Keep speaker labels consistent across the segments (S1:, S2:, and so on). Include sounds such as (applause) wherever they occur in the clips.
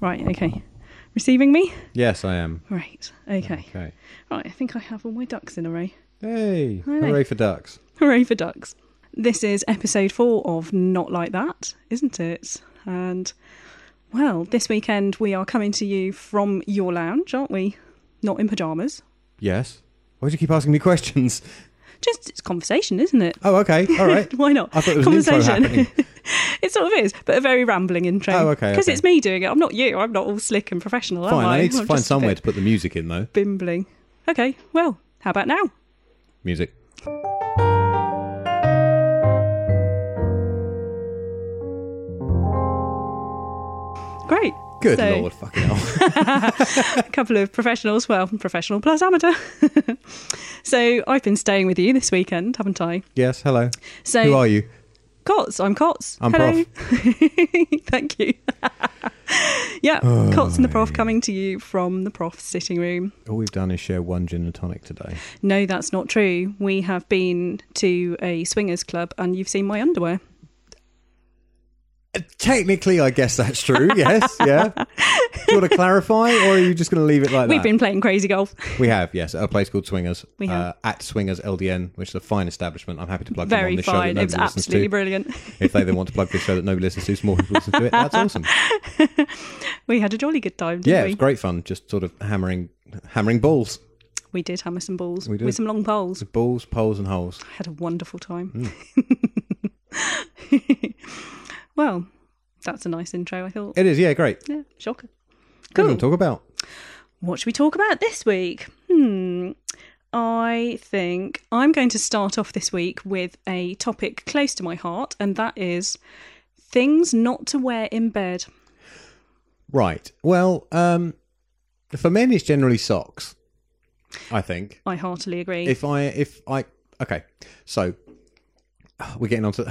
S1: Right, okay. Receiving me?
S2: Yes, I am.
S1: Right, okay.
S2: Okay.
S1: Right, I think I have all my ducks in a row.
S2: Hey,
S1: Hi.
S2: hooray for ducks.
S1: Hooray for ducks. This is episode four of Not Like That, isn't it? And, well, this weekend we are coming to you from your lounge, aren't we? Not in pyjamas.
S2: Yes. Why do you keep asking me questions? (laughs)
S1: Just, it's conversation, isn't it?
S2: Oh, okay. All right.
S1: (laughs) Why not?
S2: I thought it was an intro happening.
S1: (laughs) it sort of is, but a very rambling intro.
S2: Oh, okay,
S1: Because
S2: okay.
S1: it's me doing it. I'm not you. I'm not all slick and professional,
S2: Fine.
S1: am I?
S2: I need to
S1: I'm
S2: find
S1: just a bit
S2: somewhere to put the music in, though.
S1: Bimbling. Okay, well, how about now?
S2: Music.
S1: Great.
S2: Good
S1: So-
S2: lord,
S1: (laughs)
S2: fucking hell.
S1: a couple of professionals, well, professional plus amateur. (laughs) so I've been staying with you this weekend, haven't I?
S2: yes, hello.
S1: So
S2: Who are you?
S1: Cots, I'm Cots.
S2: I'm
S1: Hello. (laughs) Thank you. yeah,
S2: Oh,
S1: Cots and the Prof coming to you from the Prof's sitting room.
S2: All we've done is share one gin and tonic today.
S1: No, that's not true. We have been to a swingers club and you've seen my underwear.
S2: Uh, Technically, I guess that's true.
S1: (laughs)
S2: Yes, yeah. Do you want to clarify, or are you just going to leave it like
S1: We've
S2: that?
S1: been playing crazy golf.
S2: We have, yes, at a place called Swingers.
S1: We
S2: Uh,
S1: have.
S2: at Swingers LDN, which is a fine establishment. I'm happy to plug them on
S1: Very
S2: this show that
S1: fine. It
S2: nobody
S1: was
S2: listens
S1: absolutely
S2: to.
S1: brilliant. (laughs)
S2: if they then want to plug this show that nobody listens to, so more people listen to it. That's awesome.
S1: We had a jolly good time, didn't
S2: Yeah, it
S1: we?
S2: was great fun. Just sort of hammering, hammering balls,
S1: We did hammer some balls
S2: We did.
S1: with some long poles.
S2: balls, poles, and holes.
S1: had a wonderful time.
S2: Hmm.
S1: (laughs) well, that's a nice intro, I thought.
S2: It is, yeah, great.
S1: Yeah, shocker.
S2: What
S1: Cool.
S2: do we talk about?
S1: What should we talk about this week? Hmm. I think I'm going to start off this week with a topic close to my heart, and that is things not to wear in bed.
S2: Right. Well, um, for men, it's generally socks. I think
S1: I heartily agree.
S2: if I if I okay, so (sighs) we're getting onto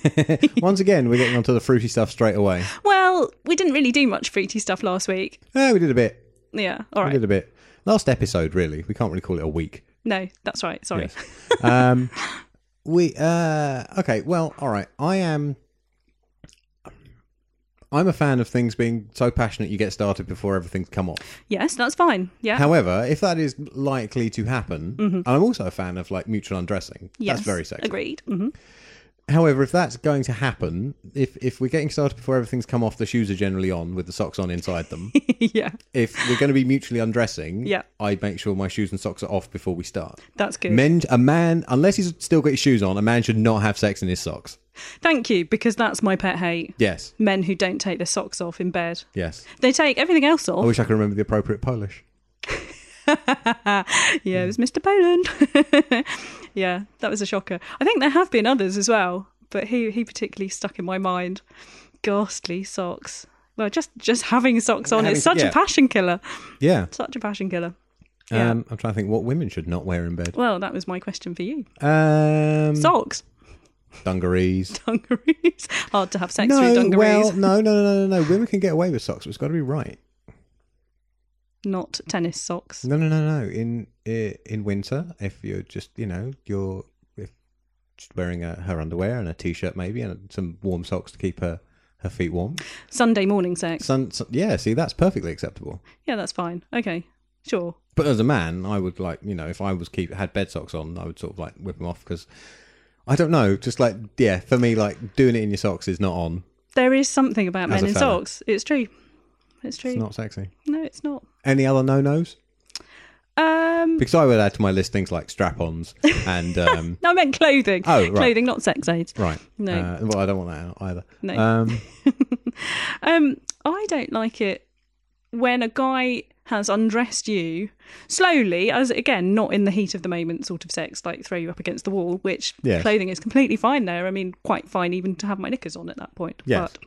S2: (laughs) once again we're getting onto the fruity stuff straight away.
S1: well, we didn't really do much fruity stuff last week.
S2: Oh, we did a bit.
S1: Yeah, all
S2: We
S1: right.
S2: did a bit. Last episode, really. We can't really call it a week.
S1: No, that's right. Sorry.
S2: Yes. um, (laughs) we uh, okay. Well, all right. I am. I'm a fan of things being so passionate you get started before everything's come off.
S1: Yes, that's fine. Yeah.
S2: However, if that is likely to happen, and I'm also a fan of like mutual undressing.
S1: Mm-hmm. yes.
S2: That's very sexy.
S1: Agreed. hmm
S2: However, if that's going to happen, if if we're getting started before everything's come off, the shoes are generally on with the socks on inside
S1: (laughs)
S2: them.
S1: (laughs) yeah,
S2: if we're going to be mutually undressing,
S1: Yeah.
S2: I make sure my shoes and socks are off before we start.
S1: that's good.
S2: Men, a man, unless he's still got his shoes on, a man should not have sex in his socks.
S1: Thank you, because that's my pet hate.
S2: Yes,
S1: Men who don't take their socks off in bed.
S2: yes.
S1: They take everything else
S2: I
S1: off.
S2: wish I could remember the appropriate Polish.
S1: (laughs) Yeah, it was
S2: Mm.
S1: Mr. Poland. (laughs) yeah, that was a shocker. I think there have been others as well, but he, he particularly stuck in my mind. Ghastly socks. Well, just just having socks on
S2: Having-
S1: is such
S2: yeah.
S1: a passion killer.
S2: Yeah.
S1: Such a passion killer. Yeah.
S2: Um, I'm trying to think what women should not wear in bed.
S1: well, that was my question for you.
S2: Um,
S1: Socks, (laughs)
S2: dungarees.
S1: dungarees. Hard to have sex
S2: No,
S1: through dungarees. (laughs)
S2: well, no, no, no, no, no. Women can get away with socks, but it's got to be right.
S1: Not tennis socks.
S2: No, no, no, no. In i- in winter, if you're just you know you're if just wearing a, her underwear and a t-shirt maybe and some warm socks to keep her her feet warm.
S1: Sunday morning sex.
S2: Sun, sun, yeah, see, that's perfectly acceptable.
S1: Yeah, that's fine. Okay, sure.
S2: But as a man, I would like you know if I was keep had bed socks on, I would sort of like whip them off because I don't know, just like yeah, for me, like doing it in your socks is not on.
S1: There is something about
S2: As
S1: men
S2: a
S1: in
S2: fella.
S1: socks. It's true. It's true.
S2: It's not sexy.
S1: No, it's not.
S2: Any other no nos?
S1: Um,
S2: Because I would add to my list things like strap-ons and
S1: (laughs)
S2: um,
S1: no, I meant clothing.
S2: Oh, right.
S1: Clothing, not sex aids.
S2: right.
S1: No.
S2: Uh, well, I don't want that out either.
S1: No.
S2: Um,
S1: (laughs) Um, I don't like it when a guy has undressed you slowly, as again, not in the heat of the moment sort of sex, like throw you up against the wall, which
S2: Yes.
S1: clothing is completely fine there. I mean, quite fine even to have my knickers on at that point.
S2: Yes.
S1: But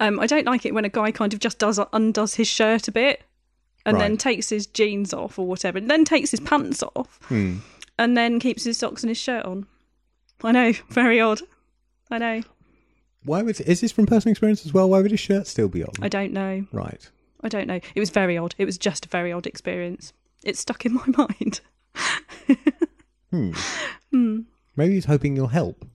S1: um, I don't like it when a guy kind of just does undoes his shirt a bit and then
S2: Right.
S1: takes his jeans off or whatever, and then takes his pants off
S2: Hmm.
S1: and then keeps his socks and his shirt on. I know, (laughs) very odd. I know.
S2: why would is this from personal experience as well? Why would his shirt still be on?
S1: I don't know.
S2: right.
S1: I don't know. It was very odd. It was just a very odd experience. It stuck in (laughs) my mind.
S2: Maybe he's hoping you'll help.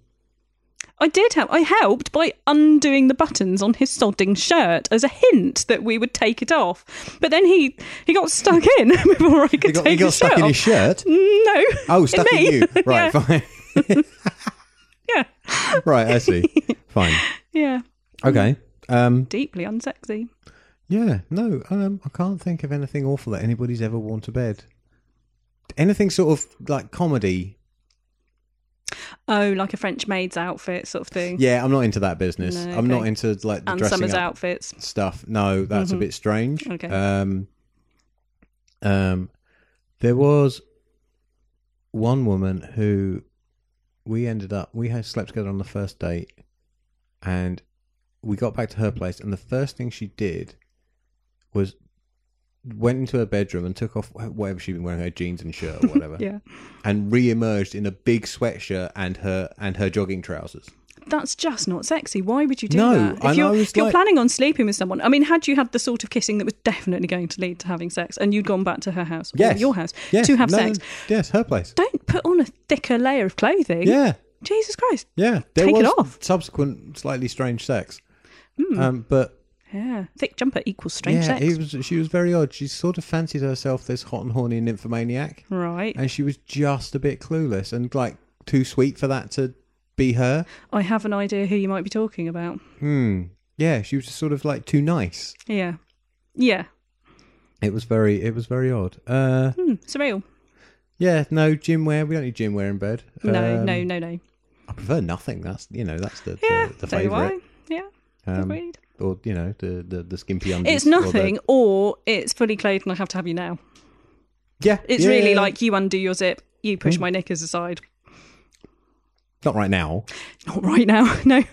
S1: I did help. I helped by undoing the buttons on his sodding shirt as a hint that we would take it off. But then he he got stuck in (laughs) before I could
S2: He got,
S1: take
S2: he got
S1: his
S2: stuck
S1: shirt
S2: in his
S1: off.
S2: shirt.
S1: No.
S2: Oh, stuck in,
S1: me.
S2: you. Right, fine.
S1: (laughs)
S2: (laughs)
S1: Yeah.
S2: Right, I see.
S1: (laughs)
S2: Fine.
S1: Yeah.
S2: Okay. Um,
S1: Deeply unsexy.
S2: yeah, no, um, I can't think of anything awful that anybody's ever worn to bed. Anything sort of like comedy.
S1: Oh, like a French maid's outfit sort of thing.
S2: Yeah, I'm not into that business.
S1: No,
S2: I'm not
S1: okay.
S2: into like the
S1: and
S2: dressing
S1: Summer's
S2: up
S1: outfits.
S2: stuff. No, that's a bit strange.
S1: Mm-hmm. Okay.
S2: Um, um, there was one woman who we ended up. We had slept together on the first date, and we got back to her place. And the first thing she did was went into her bedroom and took off whatever she'd been wearing, her jeans and
S1: (laughs)
S2: shirt or whatever,
S1: Yeah.
S2: and re-emerged in a big sweatshirt and her and her jogging trousers.
S1: That's just not sexy. Why would you do
S2: No,
S1: that?
S2: and
S1: If, you're,
S2: I was
S1: if you're
S2: like-
S1: planning on sleeping with someone, I mean, had you had the sort of kissing that was definitely going to lead to having sex and you'd gone back to her house
S2: Yes,
S1: or your house
S2: Yes,
S1: to have
S2: no,
S1: sex,
S2: Yes, her place.
S1: don't put on a thicker layer of clothing.
S2: Yeah.
S1: Jesus Christ.
S2: Yeah, there
S1: Take it
S2: was
S1: off.
S2: subsequent slightly strange sex. Um, but
S1: Yeah. Thick jumper equals strange
S2: yeah,
S1: sex.
S2: it was she was very odd. She sort of fancied herself this hot and horny nymphomaniac,
S1: Right.
S2: and she was just a bit clueless and like too sweet for that to be her.
S1: I have an idea who you might be talking about.
S2: Hmm. Yeah, she was just sort of like too nice.
S1: Yeah. Yeah.
S2: It was very, it was very odd. Uh,
S1: Hmm. Surreal.
S2: yeah, no gym wear. We don't need gym wear in bed.
S1: No,
S2: Um,
S1: no, no, no.
S2: I prefer nothing. That's you know, that's the
S1: Yeah.
S2: the, the
S1: so do
S2: favorite.
S1: I. Yeah.
S2: Um,
S1: agreed.
S2: or you know, the the, the skimpy undies.
S1: It's
S2: or the-
S1: nothing, or it's fully clothed and I have to have you now.
S2: yeah,
S1: It's
S2: yeah,
S1: really
S2: yeah. Mm.
S1: like you undo your zip, you push my knickers aside.
S2: not right now.
S1: Not right now. (laughs) No,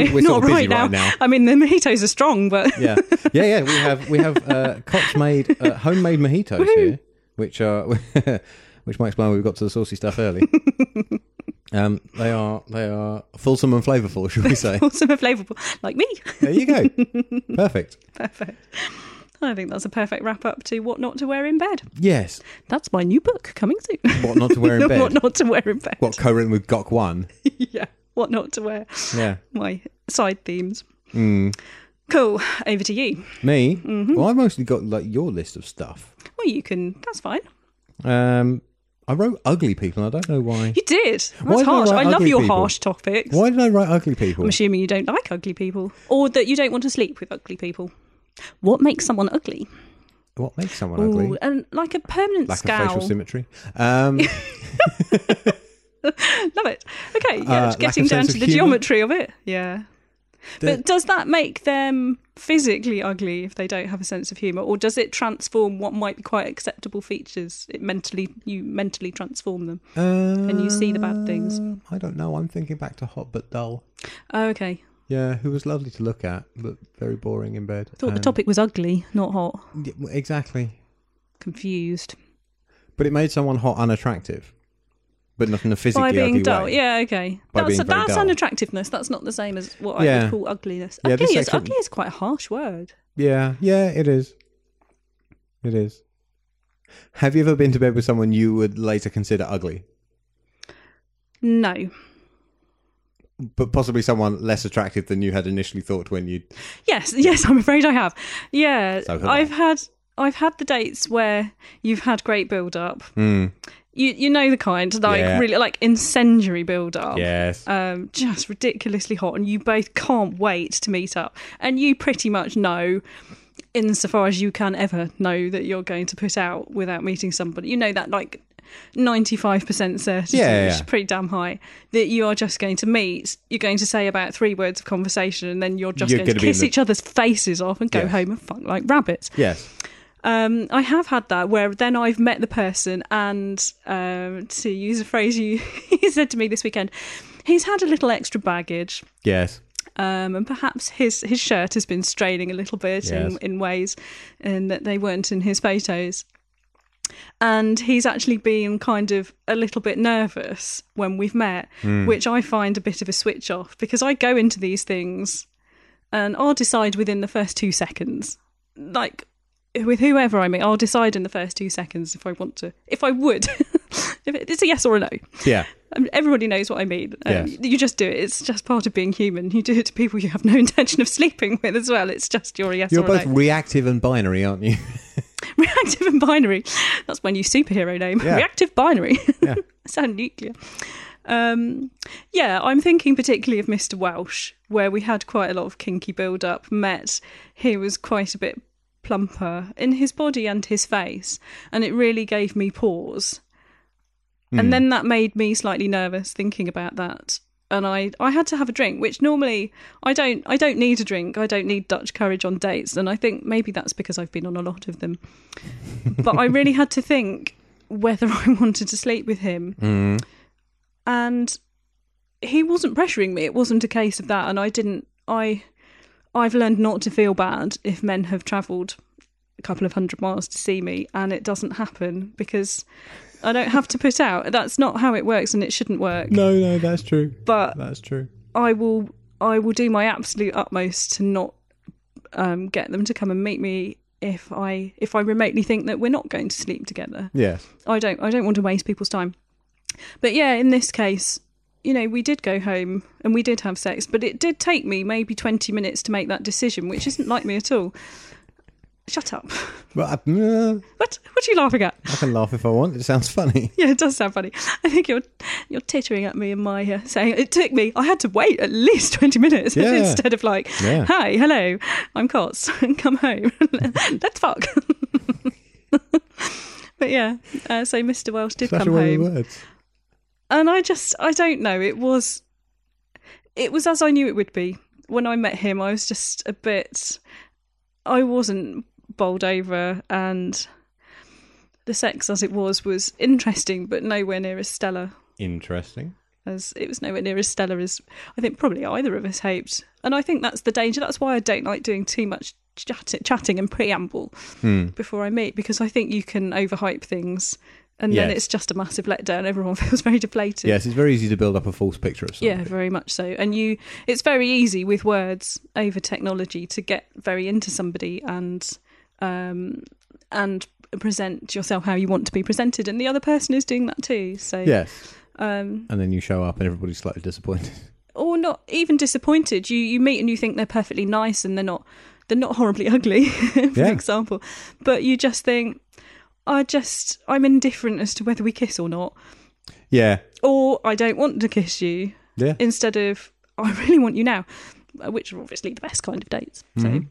S1: no,
S2: We're
S1: not
S2: sort of busy
S1: right,
S2: right
S1: now.
S2: now.
S1: I mean, the mojitos are strong, but
S2: yeah, yeah, yeah. We have we have uh, Koch made uh, homemade mojitos here, which are (laughs) which might explain why we got to the saucy stuff early.
S1: (laughs)
S2: um, they are they are fulsome and flavourful, shall we say?
S1: (laughs) also flavourful, like me. (laughs)
S2: there you go, perfect.
S1: Perfect. I think that's a perfect wrap up to what not to wear in bed.
S2: Yes,
S1: That's my new book coming soon.
S2: what not to wear in
S1: (laughs)
S2: bed?
S1: what not to wear in bed.
S2: What co-written with Gok One?
S1: (laughs) yeah. What not to wear.
S2: Yeah,
S1: My side themes.
S2: Mm.
S1: Cool. Over to you.
S2: me.
S1: Mm-hmm.
S2: Well, I've mostly got like your list of stuff.
S1: Well, you can. That's fine.
S2: Um, I wrote ugly people. and I don't know why.
S1: You did. That's
S2: Why did I
S1: harsh. I,
S2: write
S1: love
S2: ugly
S1: your
S2: people?
S1: harsh topics.
S2: Why did I write ugly people?
S1: I'm assuming you don't like ugly people, or that you don't want to sleep with ugly people. What makes someone ugly?
S2: What makes someone ugly?
S1: Ooh, and like a permanent
S2: Lack
S1: scowl.
S2: of facial symmetry. Um,
S1: (laughs) Love it. Okay, yeah,
S2: Uh, lack
S1: it's
S2: of
S1: getting down
S2: sense
S1: to
S2: of
S1: the
S2: humour.
S1: geometry of it. Yeah.
S2: The-
S1: but does that make them physically ugly if they don't have a sense of humour, or does it transform what might be quite acceptable features? It mentally, you mentally transform them.
S2: and
S1: you see the bad things.
S2: Um, I don't know. I'm thinking back to Hot but Dull.
S1: Oh, okay.
S2: Yeah, who was lovely to look at, but very boring in bed.
S1: Thought the
S2: And-
S1: topic was ugly, not hot.
S2: Yeah, well, exactly.
S1: Confused
S2: But it made someone hot unattractive, but not in a physically
S1: by being
S2: ugly
S1: dull.
S2: way.
S1: Yeah, okay.
S2: By
S1: that's
S2: being very
S1: that's
S2: dull.
S1: unattractiveness. That's not the same as what I
S2: Yeah.
S1: would call ugliness.
S2: Yeah,
S1: ugly
S2: this
S1: is
S2: section-
S1: ugly is quite a harsh word.
S2: yeah, yeah, it is. It is. Have you ever been to bed with someone you would later consider ugly,
S1: No.
S2: but possibly someone less attractive than you had initially thought when you?
S1: Yes, yes, I'm afraid I have. Yeah,
S2: So have I.
S1: I've had I've had the dates where you've had great build up.
S2: Mm.
S1: You you know the kind, like
S2: Yeah.
S1: really like incendiary build up. (laughs)
S2: Yes.
S1: Um, just ridiculously hot, and you both can't wait to meet up. And you pretty much know, insofar as you can ever know, that you're going to put out without meeting somebody. You know that like 95% certainty,
S2: Yeah, yeah,
S1: which
S2: yeah.
S1: is pretty damn high, that you are just going to meet. You're going to say about three words of conversation, and then you're just
S2: You're
S1: going to
S2: gonna be in
S1: kiss
S2: the-
S1: each other's faces off and go
S2: Yes.
S1: home and fuck like rabbits.
S2: yes.
S1: Um, I have had that where then I've met the person, and um, to use a phrase you (laughs) he said to me this weekend, he's had a little extra baggage,
S2: Yes.
S1: um, and perhaps his his shirt has been straining a little bit
S2: Yes.
S1: in, in ways, and that they weren't in his photos. And he's actually been kind of a little bit nervous when we've met, which I find a bit of a switch off because I go into these things and I'll decide within the first two seconds. Like with whoever I meet, I'll (laughs) decide in the first two seconds if I want to, if I would, if it's a yes or a no.
S2: Yeah.
S1: Um, everybody knows what I mean. Um,
S2: Yes.
S1: You just do it. It's just part of being human. You do it to people you have no intention of (laughs) sleeping with as well. It's just your yes
S2: You're
S1: or
S2: both
S1: no.
S2: reactive and binary, aren't you?
S1: (laughs) Reactive and binary. That's my new superhero name.
S2: Yeah.
S1: Reactive binary.
S2: Yeah.
S1: (laughs) Sound nuclear. Um, yeah, I'm thinking particularly of Mr. Welsh, where we had quite a lot of kinky build up. Met, he was quite a bit plumper in his body and his face, and it really gave me pause.
S2: Hmm.
S1: And then that made me slightly nervous thinking about that. And I, I had to have a drink, which normally I don't I don't need a drink. I don't need Dutch courage on dates. And I think maybe that's because I've been on a lot of them. But I really had to think whether (laughs) I wanted to sleep with him. And he wasn't pressuring me. It wasn't a case of that. And I didn't I I've learned not to feel bad if men have travelled a couple of hundred miles to see me and it doesn't happen because I don't have to put out. That's not how it works and it shouldn't work.
S2: No, (laughs) no, that's true.
S1: But
S2: That's true.
S1: I will I will do my absolute utmost to not um, get them to come and meet me if I if I remotely think that we're not going to sleep together.
S2: Yes.
S1: I don't I don't want to waste people's time. But yeah, in this case, you know, we did go home and we did have sex, but it did take me maybe 20 minutes to make that decision, which isn't like me at all. Shut up. (laughs)
S2: But I, uh,
S1: What what are you laughing at? (laughs)
S2: I can laugh if I want. It sounds funny. (laughs)
S1: Yeah, it does sound funny. I think you're you're tittering at me in my uh, saying it took me. I had to wait at least twenty minutes
S2: Yeah.
S1: (laughs) instead of like,
S2: Yeah.
S1: hi, hello, I'm Cots, (laughs) come home, let's fuck. (laughs) but yeah, uh, so Mr. Welsh did
S2: Such a
S1: come
S2: way
S1: home,
S2: with words.
S1: and I just I don't know. It was it was as I knew it would be when I met him. I was just a bit. I wasn't bowled over and. The sex, as it was, was interesting, but nowhere near as stellar
S2: Interesting.
S1: as it was nowhere near as stellar as I think probably either of us hoped. And I think that's the danger. That's why I don't like doing too much chat- chatting and preamble before I meet because I think you can overhype things and then
S2: Yes.
S1: it's just a massive letdown. Everyone (laughs) feels very deflated.
S2: Yes, it's very easy to build up a false picture of something.
S1: Yeah, very much so. And you, it's very easy with words over technology to get very into somebody and, um, and present yourself how you want to be presented, and the other person is doing that too. So,
S2: Yes.
S1: um,
S2: And then you show up and everybody's slightly
S1: (laughs)
S2: disappointed.
S1: or not even disappointed. You you meet and you think they're perfectly nice and they're not they're not horribly (laughs) ugly, for
S2: Yeah.
S1: example. But you just think, I just I'm indifferent as to whether we kiss or not,
S2: Yeah.
S1: or I don't want to kiss you.
S2: Yeah.
S1: Instead of "Oh, I really want you now, uh, which are obviously the best kind of dates. So.
S2: Mm-hmm.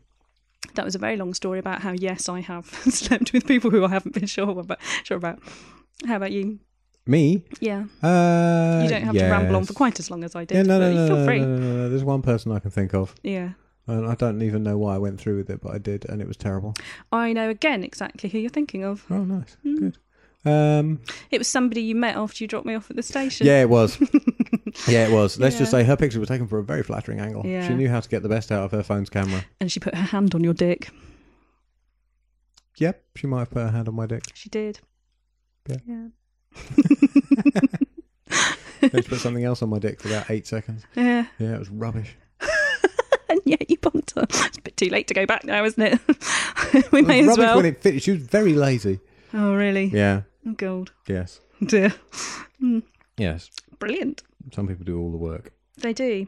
S1: That was a very long story about how yes, I have (laughs) slept with people who I haven't been (laughs) sure about. Sure about. How about you?
S2: Me?
S1: Yeah,
S2: Uh,
S1: you don't have to ramble on
S2: yes.
S1: for quite as long as I did.
S2: Yeah, no, no,
S1: but
S2: no,
S1: feel
S2: no,
S1: free.
S2: no, no, no, no. There's one person I can think of,
S1: Yeah.
S2: and I don't even know why I went through with it, but I did, and it was terrible.
S1: I know again exactly who you're thinking of.
S2: Oh, nice,
S1: Hmm.
S2: good. Um,
S1: It was somebody you met after you dropped me off at the station.
S2: yeah,
S1: (laughs)
S2: it was. yeah, it was. Let's just
S1: Yeah.
S2: say her picture was taken from a very flattering angle.
S1: Yeah.
S2: She knew how to get the best out of her phone's camera.
S1: And she put her hand on your dick.
S2: Yep, she might have put her hand on my dick.
S1: She did.
S2: Yeah.
S1: Yeah.
S2: Then she put something else on my dick for about eight seconds.
S1: Yeah.
S2: Yeah, it was rubbish.
S1: And yeah, you bonked her. (laughs) It's a bit too late to go back now, isn't it? (laughs) we
S2: It was
S1: may as
S2: rubbish
S1: well.
S2: when it fit. She was very lazy.
S1: Oh, really?
S2: Yeah.
S1: Oh, God.
S2: Yes.
S1: Dear.
S2: Yes.
S1: Brilliant.
S2: Some people do all the work.
S1: They do.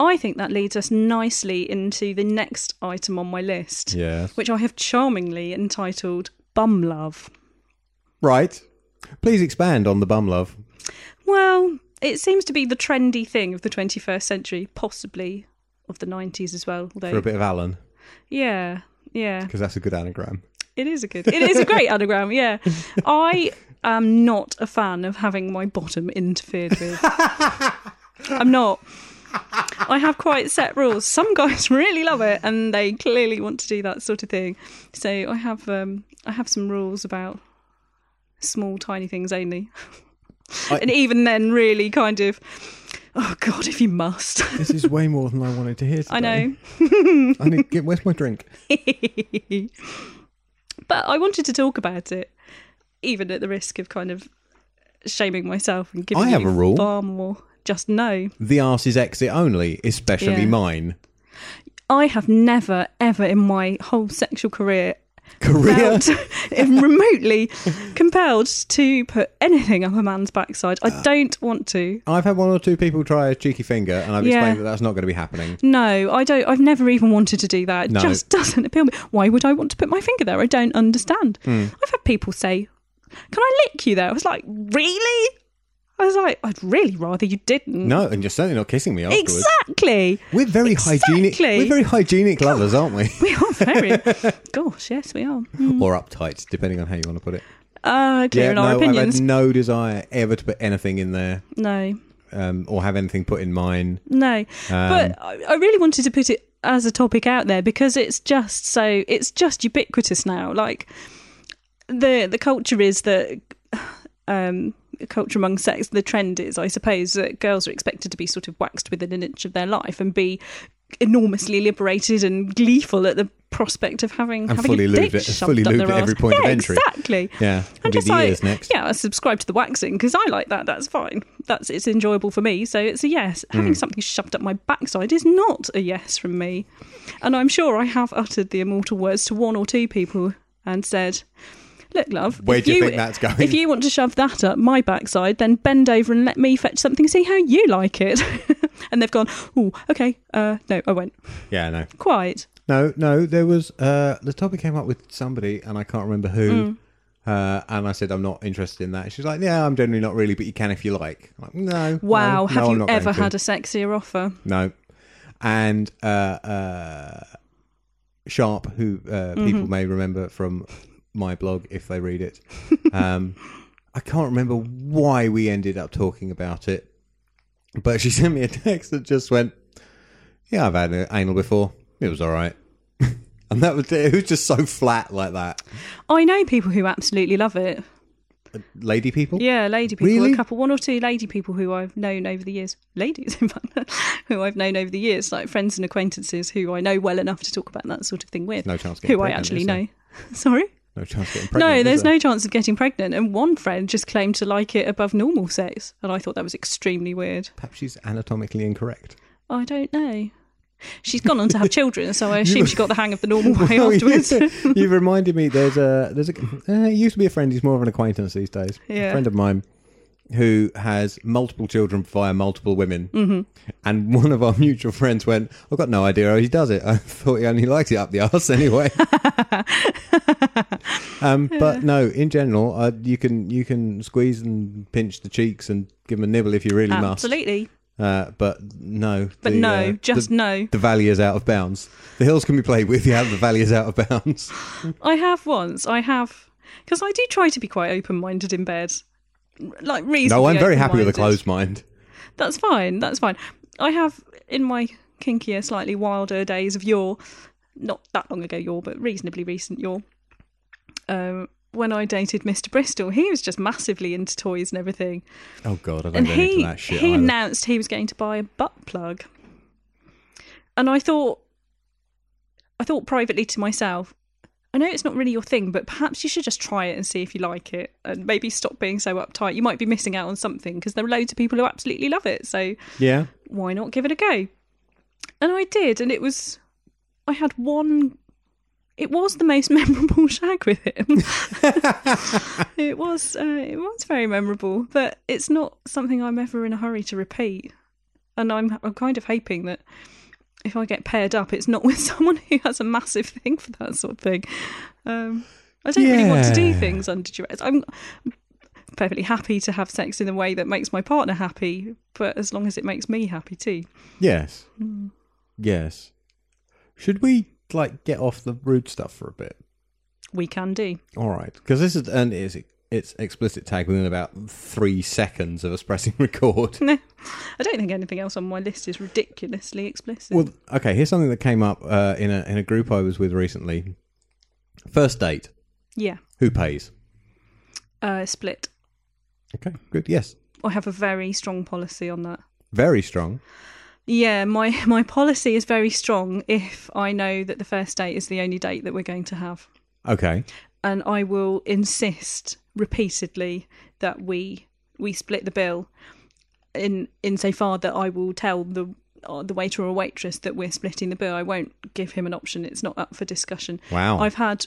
S1: I think that leads us nicely into the next item on my list,
S2: Yes.
S1: which I have charmingly entitled Bum Love.
S2: Right. Please expand on the bum love.
S1: Well, it seems to be the trendy thing of the 21st century, possibly of the 90s as well. Although,
S2: for a bit of Alan
S1: yeah, yeah,
S2: because that's a good anagram.
S1: it is a good, it is a great anagram. Yeah, I am not a fan of having my bottom interfered with. I'm not. I have quite set rules. Some guys (laughs) really love it, and they clearly want to do that sort of thing. So I have, um, I have some rules about small, tiny things only.
S2: I-
S1: and even then, really kind of, oh god, if you must.
S2: This is way more than I wanted to hear. Today.
S1: I know.
S2: I need. Get, where's my drink?
S1: (laughs) but I wanted to talk about it, even at the risk of kind of shaming myself and giving
S2: I have
S1: you
S2: a rule.
S1: far more. Just no.
S2: The arse is exit only, especially
S1: Yeah.
S2: mine. (laughs)
S1: I have never, ever in my whole sexual career
S2: Korea.
S1: felt (laughs) remotely compelled to put anything up a man's backside. I
S2: Ah.
S1: don't want to.
S2: I've had one or two people try a cheeky finger, and I've
S1: Yeah.
S2: explained that that's not going to be happening.
S1: No, I don't. I've never even wanted to do that. It
S2: No.
S1: just doesn't appeal to me. Why would I want to put my finger there? I don't understand.
S2: Hmm.
S1: I've had people say, "Can I lick you?" There, I was like, "Really?" I was like, "I'd really rather you didn't."
S2: No, and you're certainly not kissing me afterwards.
S1: Exactly. (laughs)
S2: We're very hygienic.
S1: Exactly.
S2: We're very hygienic lovers, aren't we?
S1: We are very.
S2: (laughs)
S1: Gosh, yes, we are.
S2: or uptight, depending on how you want to put it.
S1: Uh, clear in
S2: no,
S1: our
S2: I've
S1: opinions.
S2: had no desire ever to put anything in there,
S1: No,
S2: um, or have anything put in mine.
S1: no.
S2: Um,
S1: but I, I really wanted to put it as a topic out there because it's just so it's just ubiquitous now. Like the the culture is that um, culture among sex. The trend is, I suppose, that girls are expected to be sort of waxed within an inch of their life and be enormously liberated and gleeful at the prospect of having
S2: And
S1: having
S2: fully
S1: a
S2: lubed
S1: dick
S2: at-
S1: shoved
S2: fully
S1: up
S2: lubed
S1: their
S2: at every
S1: arse.
S2: point of
S1: Yeah,
S2: entry.
S1: Exactly.
S2: Yeah,
S1: I'm
S2: it'll
S1: just
S2: be the
S1: like,
S2: ears next.
S1: yeah, I subscribe to the waxing because I like that. That's fine. That's it's enjoyable for me. So it's a yes.
S2: Hmm.
S1: Having something shoved up my backside is not a yes from me. And I'm sure I have uttered the immortal words to one or two people and said, "Look, love,
S2: Where
S1: if
S2: do you think that's going?"
S1: (laughs) If you want to shove that up my backside, then bend over and let me fetch something. See how you like it." (laughs) and they've gone, "Oh, okay. Uh, no, I won't.
S2: Yeah, no,
S1: Quite.
S2: no, no. There was uh, the topic came up with somebody, and I can't remember
S1: Mm.
S2: who. Uh, and I said I'm not interested in that. She's like, "Yeah, I'm generally not really, but you can if you like." I'm like, no.
S1: Wow.
S2: no,
S1: have
S2: no, I'm
S1: you
S2: not
S1: ever
S2: going to."
S1: had a sexier offer?
S2: No. And uh, uh, Sharp, who uh,
S1: Mm-hmm.
S2: people may remember from my blog if they read
S1: (laughs)
S2: it, um, I can't remember why we ended up talking about it, but she (laughs) sent me a text that just went, Yeah, I've had an anal before. It was all right. (laughs) and that was it. It was just so flat like that.
S1: I know people who absolutely love it."
S2: Lady people?
S1: Yeah, lady people.
S2: Really?
S1: A couple, one or two lady people who I've known over the years, ladies (laughs) in fact, who I've known over the years, like friends and acquaintances who I know well enough to talk about that sort of thing with.
S2: No chance of getting
S1: Who I
S2: pregnant,
S1: actually
S2: is there?
S1: know. (laughs) Sorry.
S2: No chance of getting pregnant.
S1: no,
S2: is
S1: there's
S2: there?
S1: no chance of getting pregnant. And one friend just claimed to like it above normal sex, and I thought that was extremely weird.
S2: Perhaps she's anatomically incorrect.
S1: I don't know. She's gone on to have children,
S2: (laughs)
S1: so I assume she got the hang of the (laughs) normal way
S2: Oh,
S1: afterwards.
S2: (laughs) you- You've reminded me. There's a there's a uh, he used to be a friend. He's more of an acquaintance these days.
S1: Yeah.
S2: A friend of mine who has multiple children via multiple women,
S1: Mm-hmm.
S2: and one of our mutual friends went, "I've got no idea how he does it. (laughs) I thought he only liked it up the arse anyway."
S1: (laughs)
S2: um, but no, in general, uh, you can you can squeeze and pinch the cheeks and give them a nibble if you really
S1: Absolutely.
S2: must. Uh, but no,
S1: But
S2: the,
S1: no,
S2: uh,
S1: just
S2: the,
S1: no.
S2: the valley is out of bounds. The hills can be played with. Yeah, the valley is out
S1: (laughs)
S2: of bounds.
S1: I have once. I have because I do try to be quite open-minded in bed, like reasonably.
S2: No, I'm very happy with a
S1: open-minded.
S2: closed mind.
S1: That's fine. That's fine. I have in my kinkier, slightly wilder days of yore, not that long ago yore, but reasonably recent yore. Um, when I dated Mr. Bristol, he was just massively into toys and everything,
S2: Oh God, I don't
S1: and
S2: get into
S1: he
S2: that shit.
S1: he
S2: either.
S1: announced he was going to buy a butt plug, and I thought, I thought privately to myself, I know it's not really your thing, but perhaps you should just try it and see if you like it, and maybe stop being so uptight. You might be missing out on something because there are loads of people who absolutely love it. So
S2: yeah,
S1: why not give it a go? And I did, and it was. I had one. It was the most (laughs) memorable shag with him. it was. Uh, it was very memorable, but it's not something I'm ever in a hurry to repeat. And I'm. I'm kind of hoping that if I get paired up, it's not (laughs) with someone who has a massive thing for that sort of thing. Um, I don't really want to do
S2: Yeah.
S1: things under duress. I'm perfectly happy to have sex in a way that makes my partner happy, but as long as it makes me happy too.
S2: yes,
S1: Hmm.
S2: yes. Should we like get off the rude stuff for a bit?
S1: We can do.
S2: All right, because this is and it's it's explicit tag within about three seconds of us pressing (laughs) record.
S1: No, I don't think anything else on my list is ridiculously explicit.
S2: well, okay. Here's something that came up uh, in a in a group I was with recently. First date,
S1: yeah,
S2: who pays?
S1: uh, split.
S2: Okay, good. Yes,
S1: I have a very strong policy on that.
S2: very strong.
S1: Yeah, my (laughs) my policy is very strong if I know that the first date is the only date that we're going to have,
S2: Okay,
S1: and I will insist repeatedly that we we split the bill. In insofar that I will tell the uh, the waiter or waitress that we're splitting the bill, I won't give him an option. It's not up for discussion.
S2: wow.
S1: I've had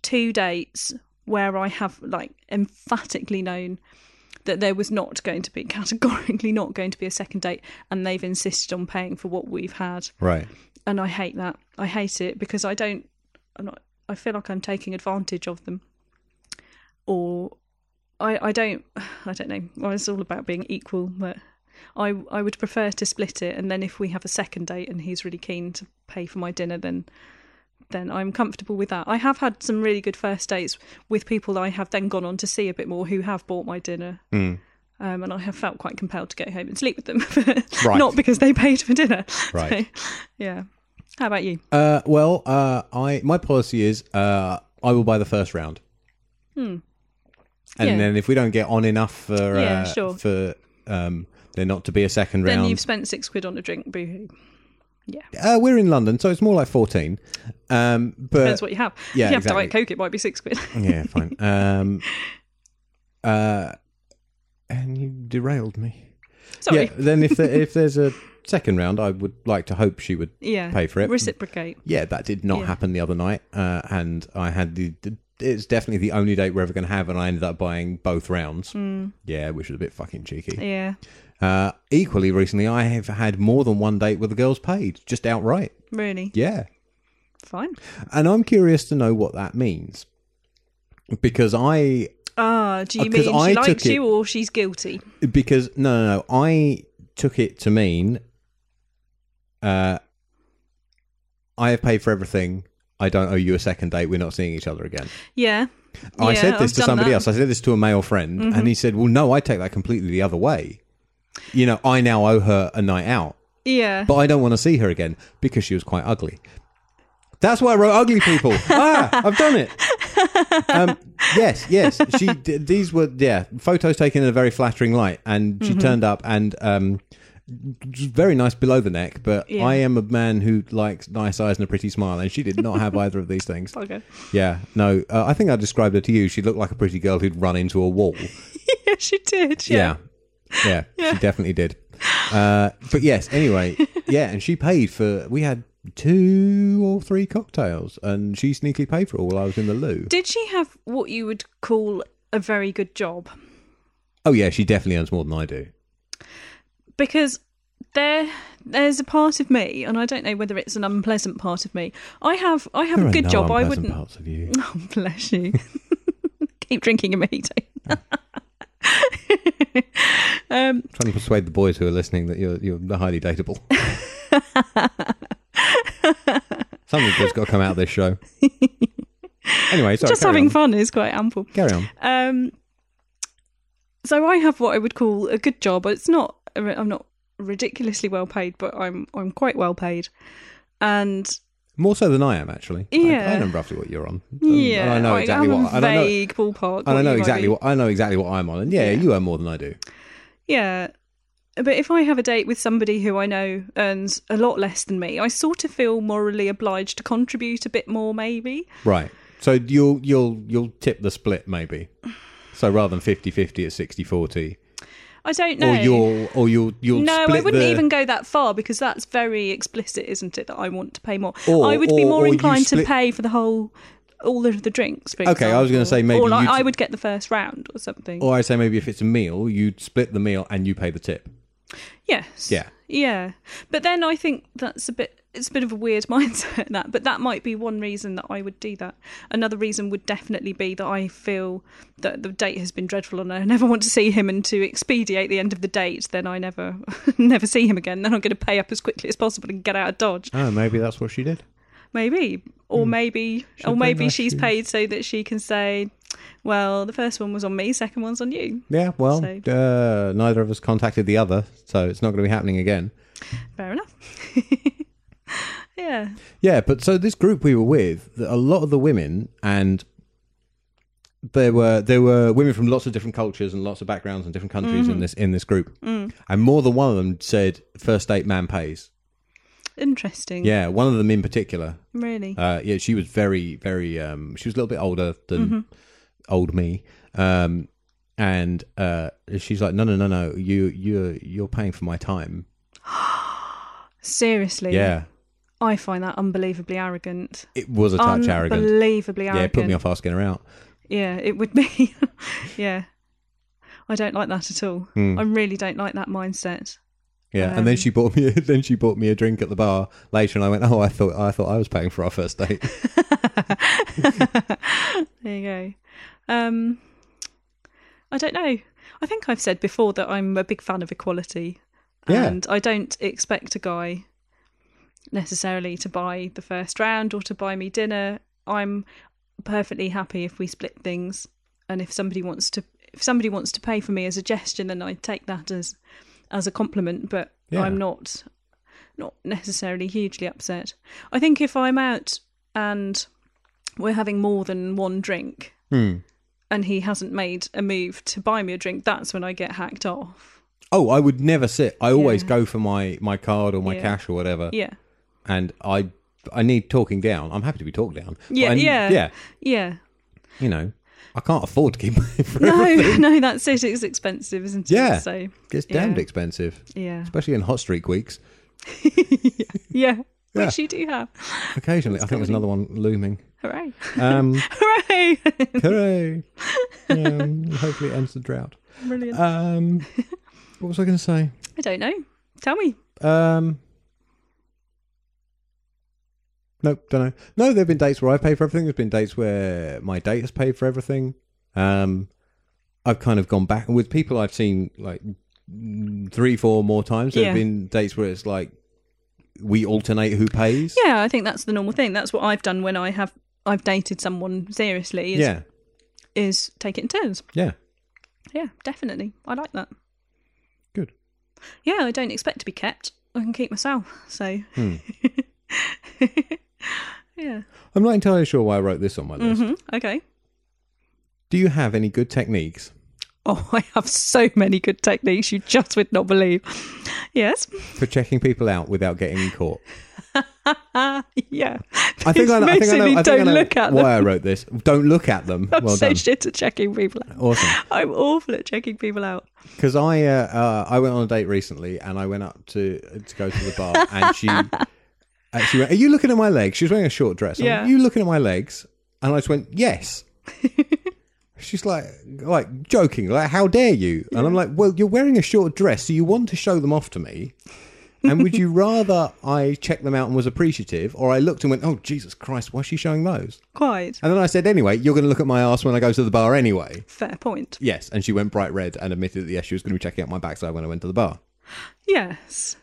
S1: two dates where I have like emphatically known that there was not going to be (laughs) categorically not going to be a second date and they've insisted on paying for what we've had
S2: Right.
S1: and I hate that. I hate it because I don't. I'm not. I feel like I'm taking advantage of them, or I. I don't. (sighs) I don't know. Well, it's all about being equal, but I. I would prefer to split it, and then if we have a second date and he's really keen to pay for my dinner, then then I'm comfortable with that. I have had some really good first dates with people I have then gone on to see a bit more who have bought my dinner. Um, and I have felt quite compelled to go home and sleep with them, (laughs)
S2: Right.
S1: not because they paid for dinner.
S2: Right.
S1: So, yeah. How about you?
S2: Uh, well, uh, I my policy is uh, I will buy the first round, and
S1: Hmm. Yeah.
S2: then if we don't get on enough for
S1: Yeah,
S2: uh,
S1: sure.
S2: for um, there not to be a second
S1: Then
S2: round,
S1: you've spent six quid on a drink, boohoo.
S2: uh, we're in London, so it's more like fourteen. Um, but
S1: That's what you have.
S2: yeah,
S1: if you have
S2: exactly.
S1: Diet Coke, it might be six quid.
S2: (laughs) yeah, fine. Um, uh, and you derailed me.
S1: Sorry.
S2: Yeah.
S1: (laughs)
S2: Then if there, if there's a second round, I would like to hope she would
S1: Yeah.
S2: Pay for it.
S1: Reciprocate.
S2: yeah, that did not
S1: Yeah.
S2: happen the other night, uh, and I had the. the it's definitely the only date we're ever going to have, and I ended up buying both rounds. Yeah, which was a bit fucking cheeky.
S1: Hmm. Yeah.
S2: Uh, equally recently, I have had more than one date where the girls paid just outright.
S1: Really.
S2: Yeah,
S1: Fine.
S2: and I'm curious to know what that means because I
S1: Ah, do you
S2: Uh,
S1: mean
S2: 'cause
S1: she
S2: I
S1: likes
S2: took it-
S1: you or she's guilty?
S2: because no no no I took it to mean uh, I have paid for everything. I don't owe you a second date. We're not seeing each other again.
S1: Yeah.
S2: I
S1: Yeah,
S2: said this
S1: I've
S2: to
S1: done
S2: somebody
S1: that. Mm-hmm.
S2: else. I said this to a male friend, and he said, "Well, no, I take that completely the other way. You know, I now owe her a night out,
S1: Yeah.
S2: but I don't want to see her again because she was quite ugly." That's why I wrote
S1: (laughs)
S2: "ugly people." ah, I've done it. Um, yes, yes.
S1: (laughs)
S2: She d- these were yeah photos taken in a very flattering light, and
S1: Mm-hmm.
S2: she turned up and um, very nice below the neck. But
S1: Yeah.
S2: I am a man who likes nice eyes and a pretty smile, and she did not have either of these things.
S1: Bugger.
S2: Yeah, no, uh, I think I described her to you. She looked like a pretty girl who'd run into a wall.
S1: (laughs) yeah, she did. Yeah.
S2: Yeah.
S1: (laughs)
S2: Yeah, she definitely did. Uh, but yes, anyway, yeah, and she paid for, we had two or three cocktails, and she sneakily paid for it all while I was in the loo.
S1: Did she have what you would call a very good job?
S2: Oh, yeah, she definitely earns more than I do.
S1: because there there's a part of me and I don't know whether it's an unpleasant part of me. I have I have
S2: There
S1: a
S2: are
S1: good
S2: no
S1: job. I
S2: unpleasant
S1: wouldn't
S2: Parts of you.
S1: (laughs) Oh, bless you. Keep drinking your mojito.
S2: Oh, trying to persuade the boys who are listening that you're, you're highly
S1: (laughs)
S2: dateable. Something good's got to come out of
S1: (laughs)
S2: this show. Anyway, sorry.
S1: Just
S2: carry
S1: having
S2: on.
S1: fun is quite ample.
S2: Carry on.
S1: Um, so I have what I would call a good job. It's not I'm not ridiculously well paid, but I'm I'm quite well paid. And
S2: More so than I am, actually. I- I,
S1: Yeah.
S2: know roughly what you're on. Um,
S1: yeah,
S2: and I know exactly
S1: am
S2: what.
S1: a
S2: And I know,
S1: vague ballpark.
S2: and I know
S1: you might
S2: exactly
S1: be.
S2: what. I know exactly what I'm on. And yeah, you earn more than I do.
S1: Yeah. But if I have a date with somebody who I know earns a lot less than me, I sort of feel morally obliged to contribute a bit more, maybe.
S2: Right. So you'll you'll you'll tip the split maybe. So rather than 50-50, it's 60-40.
S1: I don't know.
S2: Or you'll or you'll you'll
S1: no, I
S2: split
S1: wouldn't
S2: the-
S1: even go that far because that's very explicit, isn't it? That I want to pay more.
S2: Or-
S1: I would be
S2: or- or
S1: more
S2: you
S1: inclined
S2: split-
S1: to pay for the whole, all of the drinks. For
S2: Okay, I was gonna
S1: example.
S2: say maybe
S1: or like,
S2: you'd-
S1: I would get the first round or something.
S2: Or I say maybe if it's a meal, you split the meal and you pay the tip.
S1: Yes.
S2: Yeah.
S1: Yeah. But then I think that's a bit it's a bit of a weird (laughs) mindset that but that might be one reason that I would do that. Another reason would definitely be that I feel that the date has been dreadful and I never want to see him and to expedite the end of the date then I never (laughs) never see him again. Then I'm going to pay up as quickly as possible and get out of dodge.
S2: Oh, maybe that's what she did.
S1: Maybe or maybe or
S2: be
S1: maybe
S2: Hmm. nice
S1: she's
S2: shoes.
S1: paid so that she can say well the first one was on me second one's on you.
S2: Yeah, well,
S1: So-
S2: uh, neither of us contacted the other, so it's not going to be happening again.
S1: Fair enough. (laughs) yeah.
S2: Yeah, but so this group we were with, the- a lot of the women and there were there were women from lots of different cultures and lots of backgrounds and different countries in this in this group. And more than one of them said first date man pays.
S1: Interesting.
S2: Yeah, one of them in particular.
S1: Really.
S2: Uh yeah, she was very very um she was a little bit older than old me. Um and uh she's like no no no no, you you you're paying for my time.
S1: Seriously.
S2: Yeah.
S1: I find that unbelievably arrogant.
S2: It was a touch arrogant.
S1: Unbelievably
S2: Yeah, it
S1: arrogant.
S2: put me off asking her out.
S1: Yeah, it would be. (laughs) yeah. I don't like that at all.
S2: Hmm.
S1: I really don't like that mindset.
S2: Yeah,
S1: Um,
S2: and then she bought me. Then she bought me a (laughs) drink at the bar later, and I went, "Oh, I thought I thought I was paying for our
S1: (laughs)
S2: first date."
S1: There you go. Um, I don't know. I think I've said before that I'm a big fan of equality.
S2: Yeah.
S1: And I don't expect a guy necessarily to buy the first round or to buy me dinner. I'm perfectly happy if we split things and if somebody wants to if somebody wants to pay for me as a gesture then I take that as as a compliment, but
S2: Yeah.
S1: I'm not not necessarily hugely upset. I think if I'm out and we're having more than one drink
S2: Hmm.
S1: and he hasn't made a move to buy me a drink, that's when I get hacked off.
S2: oh, I would never sit. I always
S1: Yeah.
S2: go for my my card or my
S1: Yeah.
S2: cash or whatever,
S1: Yeah.
S2: and I I need talking down. I'm happy to be talked down. but
S1: Yeah,
S2: I-
S1: yeah.
S2: yeah.
S1: Yeah.
S2: You know, I can't afford to keep (laughs) paying for it.
S1: No, (laughs) no, that's it. It's expensive, isn't it?
S2: Yeah.
S1: So,
S2: It's damned
S1: Yeah.
S2: expensive,
S1: yeah.
S2: especially in hot streak weeks.
S1: (laughs) Yeah.
S2: Yeah.
S1: Which you do have.
S2: Occasionally, I think there's another one looming.
S1: Hooray. (laughs)
S2: Um,
S1: Hooray. (laughs)
S2: hooray! Um, hopefully, it ends the drought.
S1: Brilliant.
S2: Um, what was I going to say?
S1: I don't know. Tell me.
S2: Um, nope, don't know. No, there have been dates where I pay for everything. There's been dates where my date has paid for everything. Um, I've kind of gone back with people I've seen like mm, three, four more times. There have
S1: Yeah.
S2: been dates where it's like we alternate who pays.
S1: Yeah, I think that's the normal thing. That's what I've done when I have I've dated someone seriously is,
S2: yeah,
S1: is take it in turns.
S2: yeah.
S1: Yeah, definitely. I like that.
S2: Good.
S1: Yeah, I don't expect to be kept. I can keep myself. So
S2: Hmm.
S1: (laughs) Yeah.
S2: I'm not entirely sure why I wrote this on my list.
S1: Hmm, okay.
S2: Do you have any good techniques?
S1: Oh, (laughs) I have so many good techniques you just would not believe. Yes. (laughs)
S2: For checking people out without getting caught.
S1: Ah, yeah. (laughs)
S2: I think I, I think I know. I
S1: Basically,
S2: think I
S1: don't
S2: know
S1: look at
S2: why
S1: them.
S2: I wrote this. Don't look at them.
S1: (laughs) I'm
S2: well
S1: so
S2: done.
S1: shit at checking people out.
S2: Awesome.
S1: I'm awful at checking people out.
S2: Because I uh, uh, I went on a date recently, and I went up to to go to the bar, and she and she went, "Are you looking at my legs?" She was wearing a short dress. I went,
S1: Yeah.
S2: Are you looking at my legs? And I just went, "Yes." She's like, like joking, like, "How dare you?" And I'm like, "Well, you're wearing a short dress, so you want to show them off to me." And would you rather I checked them out and was appreciative, or I looked and went, "Oh Jesus Christ, why is she showing those?"
S1: Quite.
S2: And then I said, "Anyway, you're going to look at my ass when I go to the bar anyway."
S1: Fair point.
S2: Yes, and she went bright red and admitted that yes, she was going to be checking out my backside when I went to the bar.
S1: Yes.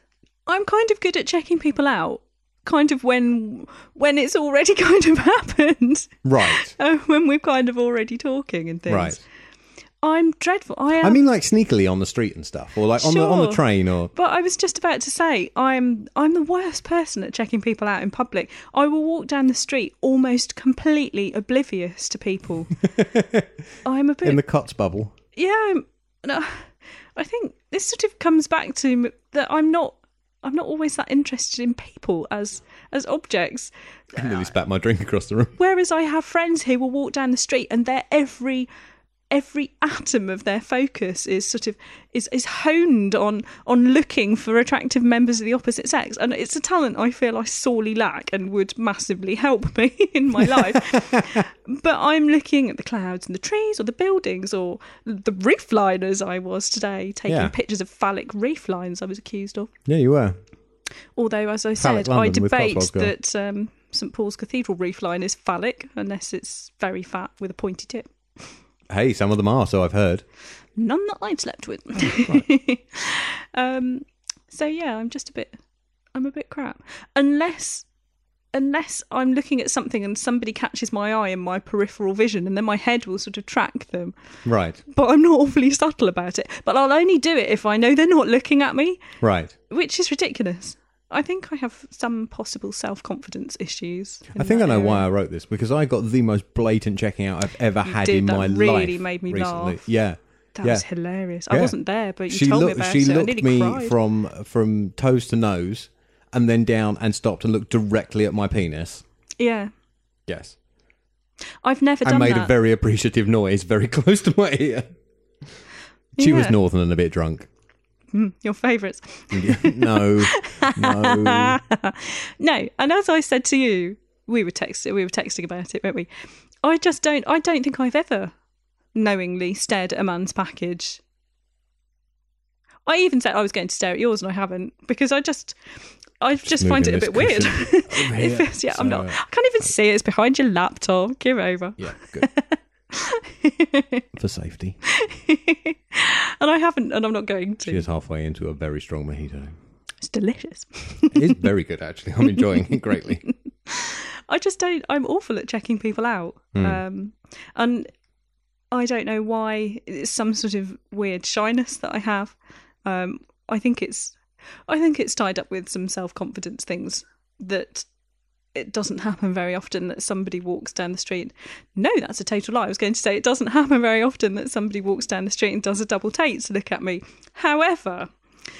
S1: I'm kind of good at checking people out. Kind of when when it's already (laughs) kind of happened.
S2: (laughs)
S1: (laughs)
S2: Right,
S1: Uh, when we're kind of already talking and things.
S2: right.
S1: I'm dreadful. I am
S2: I mean, like sneakily on the street and stuff, or like on the on the
S1: Sure.
S2: train, or
S1: But I was just about to say, I'm I'm the worst person at checking people out in public. I will walk down the street almost completely oblivious to people. I'm a bit,
S2: in the Cots (laughs) bubble.
S1: yeah. I'm, no, I think this sort of comes back to m- that I'm not I'm not always that interested in people as as objects.
S2: I nearly spat my drink across the room.
S1: Whereas I have friends who will walk down the street and their every every atom of their focus is sort of is is honed on on looking for attractive members of the opposite sex and it's a talent I feel I sorely lack and would massively help (laughs) me in my life but I'm looking at the clouds and the trees or the buildings or the reef liners I was today taking
S2: Yeah.
S1: pictures of phallic reef lines I was accused of
S2: Yeah, you were.
S1: Although, as I
S2: Phallic
S1: said, I
S2: London with
S1: debate
S2: Cotswold Girl.
S1: that um, St Paul's Cathedral roof line is phallic unless it's very fat with a pointy tip.
S2: Hey, some of them are, so I've heard.
S1: None that I've slept
S2: (laughs)
S1: with. um, so yeah, I'm just a bit, I'm a bit crap. Unless, unless I'm looking at something and somebody catches my eye in my peripheral vision, and then my head will sort of track them.
S2: Right,
S1: But I'm not awfully subtle about it. But I'll only do it if I know they're not looking at me,
S2: right.
S1: which is ridiculous. I think I have some possible self confidence issues. in
S2: I think
S1: that
S2: I know
S1: area.
S2: why I wrote this because I got the most blatant checking out I've ever had
S1: did,
S2: in
S1: that
S2: my life.
S1: really made me
S2: recently.
S1: laugh.
S2: Yeah,
S1: That
S2: yeah.
S1: was hilarious. I
S2: Yeah.
S1: wasn't there, but you
S2: she
S1: told
S2: looked.
S1: me about
S2: She
S1: it. I
S2: looked
S1: nearly
S2: me
S1: cried.
S2: from from toes to nose, and then down and stopped and looked directly at my penis.
S1: Yeah,
S2: Yes,
S1: I've never
S2: and
S1: done
S2: made
S1: that.
S2: a very (laughs) appreciative noise very close to my ear. She was
S1: Yeah.
S2: northern and a bit drunk.
S1: mm, your favourites. (laughs)
S2: no, no.
S1: no, and as I said to you, we were texting we were texting about it, weren't we? I just don't I don't think I've ever knowingly stared at a man's package. I even said I was going to stare at yours and I haven't because I just I just, find it a
S2: moving
S1: bit weird. (laughs)
S2: this (laughs)
S1: It
S2: here.
S1: feels- yeah, I'm
S2: So,
S1: not.
S2: uh,
S1: I can't even see it. It's behind your laptop. Give over.
S2: Yeah, good. For safety.
S1: and I haven't, and I'm not going to.
S2: She is halfway into a very strong mojito.
S1: It's delicious.
S2: It is very good, actually. I'm enjoying
S1: (laughs)
S2: it greatly.
S1: I just don't. I'm awful at checking people out, um, and I don't know why. It's some sort of weird shyness that I have. Um, I think it's, I think it's tied up with some self confidence things that it doesn't happen very often that somebody walks down the street. No, that's a total lie. I was going to say it doesn't happen very often that somebody walks down the street and does a double take to look at me. However,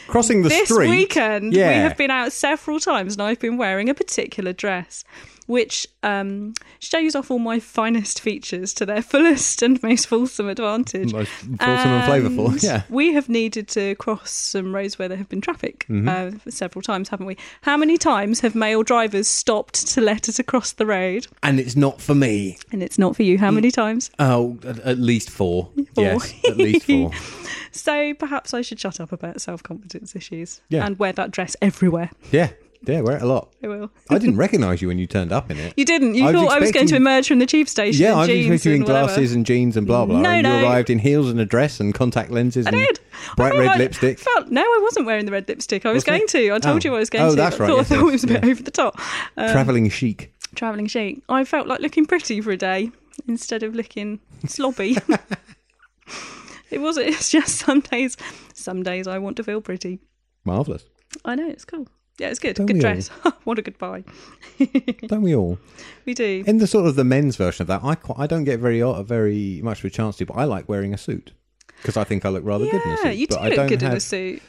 S2: Crossing the
S1: this
S2: street.
S1: weekend
S2: Yeah.
S1: we have been out several times and i've been wearing a particular dress which um, shows off all my finest features to their (laughs) fullest and most fulsome advantage
S2: Most fulsome and flavourful.
S1: and
S2: Yeah.
S1: we have needed to cross some roads where there have been traffic
S2: Mm-hmm.
S1: uh, several times haven't we how many times have male drivers stopped to let us across the road
S2: And it's not for me.
S1: and it's not for you
S2: Mm.
S1: how many times
S2: Oh, at, at least four. Yes, at
S1: (laughs)
S2: least four.
S1: so perhaps i should shut up about self-confidence issues
S2: Yeah.
S1: and wear that dress everywhere (laughs)
S2: Yeah, yeah, wear it a lot.
S1: i will
S2: I didn't recognise you when you turned up in it.
S1: You didn't. You
S2: I was
S1: thought I was going to
S2: expecting-
S1: emerge from the tube station.
S2: Yeah,
S1: in
S2: I was
S1: jeans
S2: expecting you in
S1: and whatever.
S2: glasses and jeans and blah blah.
S1: No,
S2: and
S1: no.
S2: you arrived in heels and a dress and contact lenses
S1: I
S2: and
S1: did.
S2: (laughs) bright
S1: I
S2: red
S1: felt-
S2: lipstick.
S1: felt- no, I wasn't wearing the red lipstick. I was
S2: Wasn't
S1: going
S2: it?
S1: to. I told
S2: Oh.
S1: you I was going
S2: Oh,
S1: to.
S2: that's
S1: but I
S2: right,
S1: thought,
S2: yes,
S1: I thought it was a
S2: yes,
S1: bit over the top. Uh,
S2: Travelling chic.
S1: Travelling chic. I felt like looking pretty for a day instead of looking
S2: (laughs)
S1: slobby. it was. It's just some days. Some days I want to feel pretty.
S2: Marvellous.
S1: I know it's cool. Yeah, it's good.
S2: Don't
S1: good
S2: we all?
S1: dress. (laughs) what a good buy.
S2: Don't we all?
S1: We do.
S2: In the sort of the men's version of that, I quite, I don't get very very much of a chance to, but I like wearing a suit because I think I look rather good in a
S1: yeah,
S2: suit.
S1: you do
S2: but I don't
S1: look good
S2: have,
S1: in a suit.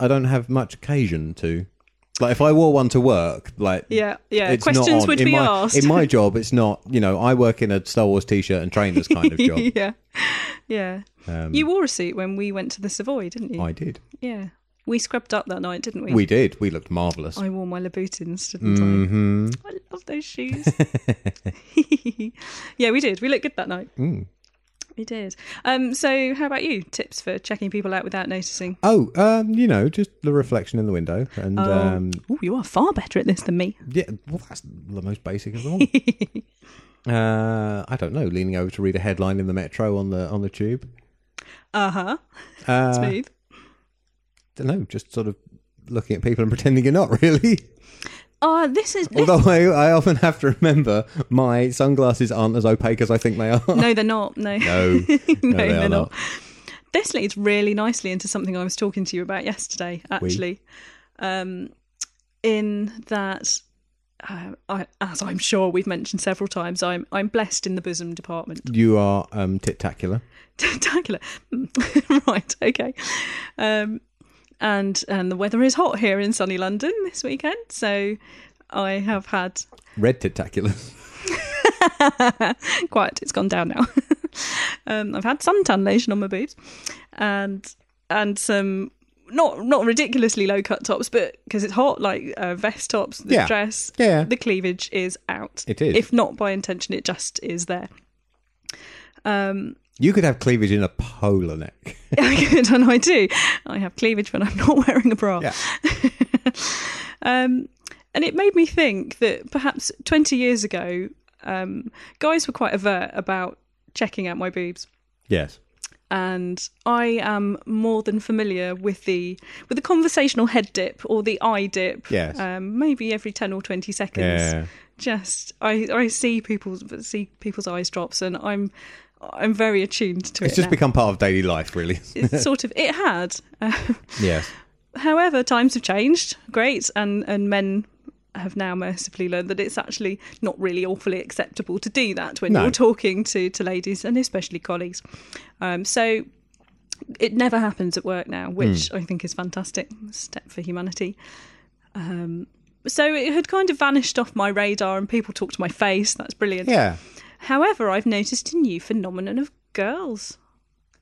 S2: I don't have much occasion to. Like if I wore one to work, like
S1: Yeah, yeah.
S2: it's not
S1: Questions
S2: on.
S1: would
S2: in
S1: be
S2: my,
S1: asked.
S2: In my job, it's not. You know, I work in a Star Wars T-shirt and
S1: (laughs)
S2: trainers kind of job.
S1: yeah, yeah. you wore a suit when we went to the Savoy, didn't you?
S2: I did.
S1: yeah, we scrubbed up that night, didn't we?
S2: We did. We looked marvelous.
S1: I wore my Louboutins, didn't
S2: hmm
S1: I? I love those (laughs) shoes. yeah, we did. We looked good that night. We did. Um, so, how about you? Tips for checking people out without noticing?
S2: Oh, um, you know, just the reflection in the window, and um,
S1: oh, you are far better at this than me.
S2: yeah, well, that's the most basic of all.
S1: (laughs)
S2: uh, I don't know, leaning over to read a headline in the metro on the on the tube.
S1: Uh huh.
S2: Uh,
S1: Smooth.
S2: don't know, just sort of looking at people and (laughs) pretending you're not really.
S1: Oh, this is. This,
S2: Although I, I often have to remember my sunglasses aren't as opaque as I think they are.
S1: (laughs) no, they're not. No. (laughs)
S2: No, no,
S1: No,
S2: they
S1: they're
S2: are
S1: not.
S2: not.
S1: this leads really nicely into something I was talking to you about yesterday, actually. Um, in that, uh, I, as I'm sure we've mentioned several times, I'm I'm blessed in the bosom department. (laughs)
S2: You are um, titacular.
S1: Spectacular, (laughs) right? Okay, um, and and the weather is hot here in sunny London this weekend, so I have had
S2: Red titaculars.
S1: Quiet, it's gone down now. (laughs) um, I've had suntan lotion on my boobs, and and some not not ridiculously low cut tops, but because it's hot, like uh, vest tops, the
S2: Yeah.
S1: dress,
S2: Yeah.
S1: the cleavage is out.
S2: It is.
S1: if not by intention, it just is there. (laughs) Um,
S2: (laughs) You could have cleavage in a polo neck.
S1: I could, and I do. I have cleavage when I'm (laughs) not wearing a bra.
S2: Yeah.
S1: um, and it made me think that perhaps 20 years ago, um, guys were quite avert about checking out my boobs
S2: Yes.
S1: and I am more than familiar with the with the conversational head dip or the eye dip.
S2: Yes.
S1: Um, maybe every ten or twenty seconds.
S2: Yeah.
S1: Just I I see people's see people's eyes drops, and I'm I'm very attuned to
S2: It's
S1: it.
S2: just
S1: now.
S2: become part of daily
S1: (laughs)
S2: life, really.
S1: it's sort of it had. Uh,
S2: yes.
S1: however, times have changed. Great, and and men. Have now mercifully learned that it's actually not really awfully acceptable to do that when
S2: No.
S1: you're talking to, to ladies and especially colleagues. Um, so it never happens at work now, which
S2: Hmm.
S1: I think is fantastic step for humanity. Um, so it had kind of vanished off my radar, and people talk to my face. That's brilliant.
S2: Yeah.
S1: However, I've noticed a new phenomenon of girls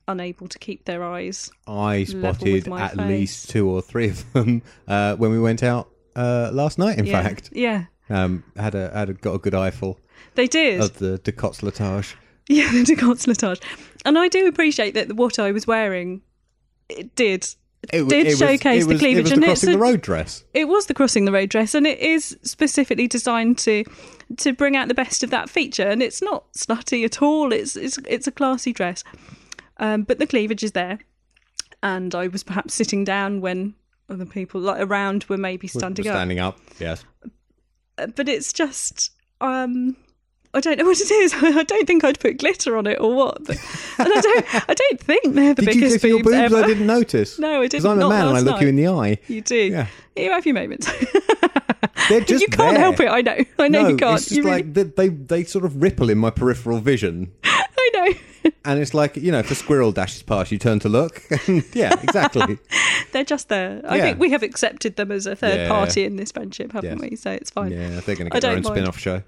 S1: unable to keep their eyes.
S2: I
S1: Level with
S2: spotted
S1: my
S2: at
S1: face.
S2: least two or three of them uh, when we went out uh, last night. In
S1: yeah.
S2: fact,
S1: Yeah.
S2: um, had a had a, got a good eyeful
S1: They did.
S2: of the decottletage.
S1: (laughs) Yeah, the Ducat's Latage. And I do appreciate that what I was wearing it did.
S2: It,
S1: Did showcase the
S2: It
S1: cleavage,
S2: was the
S1: and it's
S2: crossing
S1: a-
S2: the road dress.
S1: It was the crossing the road dress, and it is specifically designed to to bring out the best of that feature. And it's not slutty at all. It's it's it's a classy dress, um, but the cleavage is there. And I was perhaps sitting down when other people like around were maybe standing up.
S2: standing up. Yes.
S1: Uh, But it's just um, I don't know what (laughs) it is. I don't think I'd put glitter on it or what. But, and I don't I don't think they're the
S2: Did
S1: (laughs)
S2: you
S1: biggest
S2: glitter your boobs?
S1: ever.
S2: I didn't
S1: (laughs)
S2: notice.
S1: No, I
S2: Because
S1: didn't.
S2: I'm a
S1: Not
S2: man and I
S1: last
S2: look you in the eye.
S1: You do.
S2: Yeah.
S1: You have your moments. (laughs)
S2: They're just
S1: you can't
S2: there.
S1: help it. I know. I know
S2: no,
S1: you can't.
S2: It's just
S1: you really,
S2: like they, they they sort of ripple in my peripheral vision,
S1: (laughs) I know.
S2: and it's like you know, if a squirrel dashes past, you turn to look. (laughs) yeah, exactly.
S1: They're just there. I
S2: Yeah.
S1: think we have accepted them as a third
S2: Yeah.
S1: party in this friendship, haven't
S2: Yes.
S1: we? So it's fine.
S2: yeah, they're going to
S1: I
S2: get their
S1: don't
S2: own
S1: mind.
S2: spin-off
S1: (laughs)
S2: show.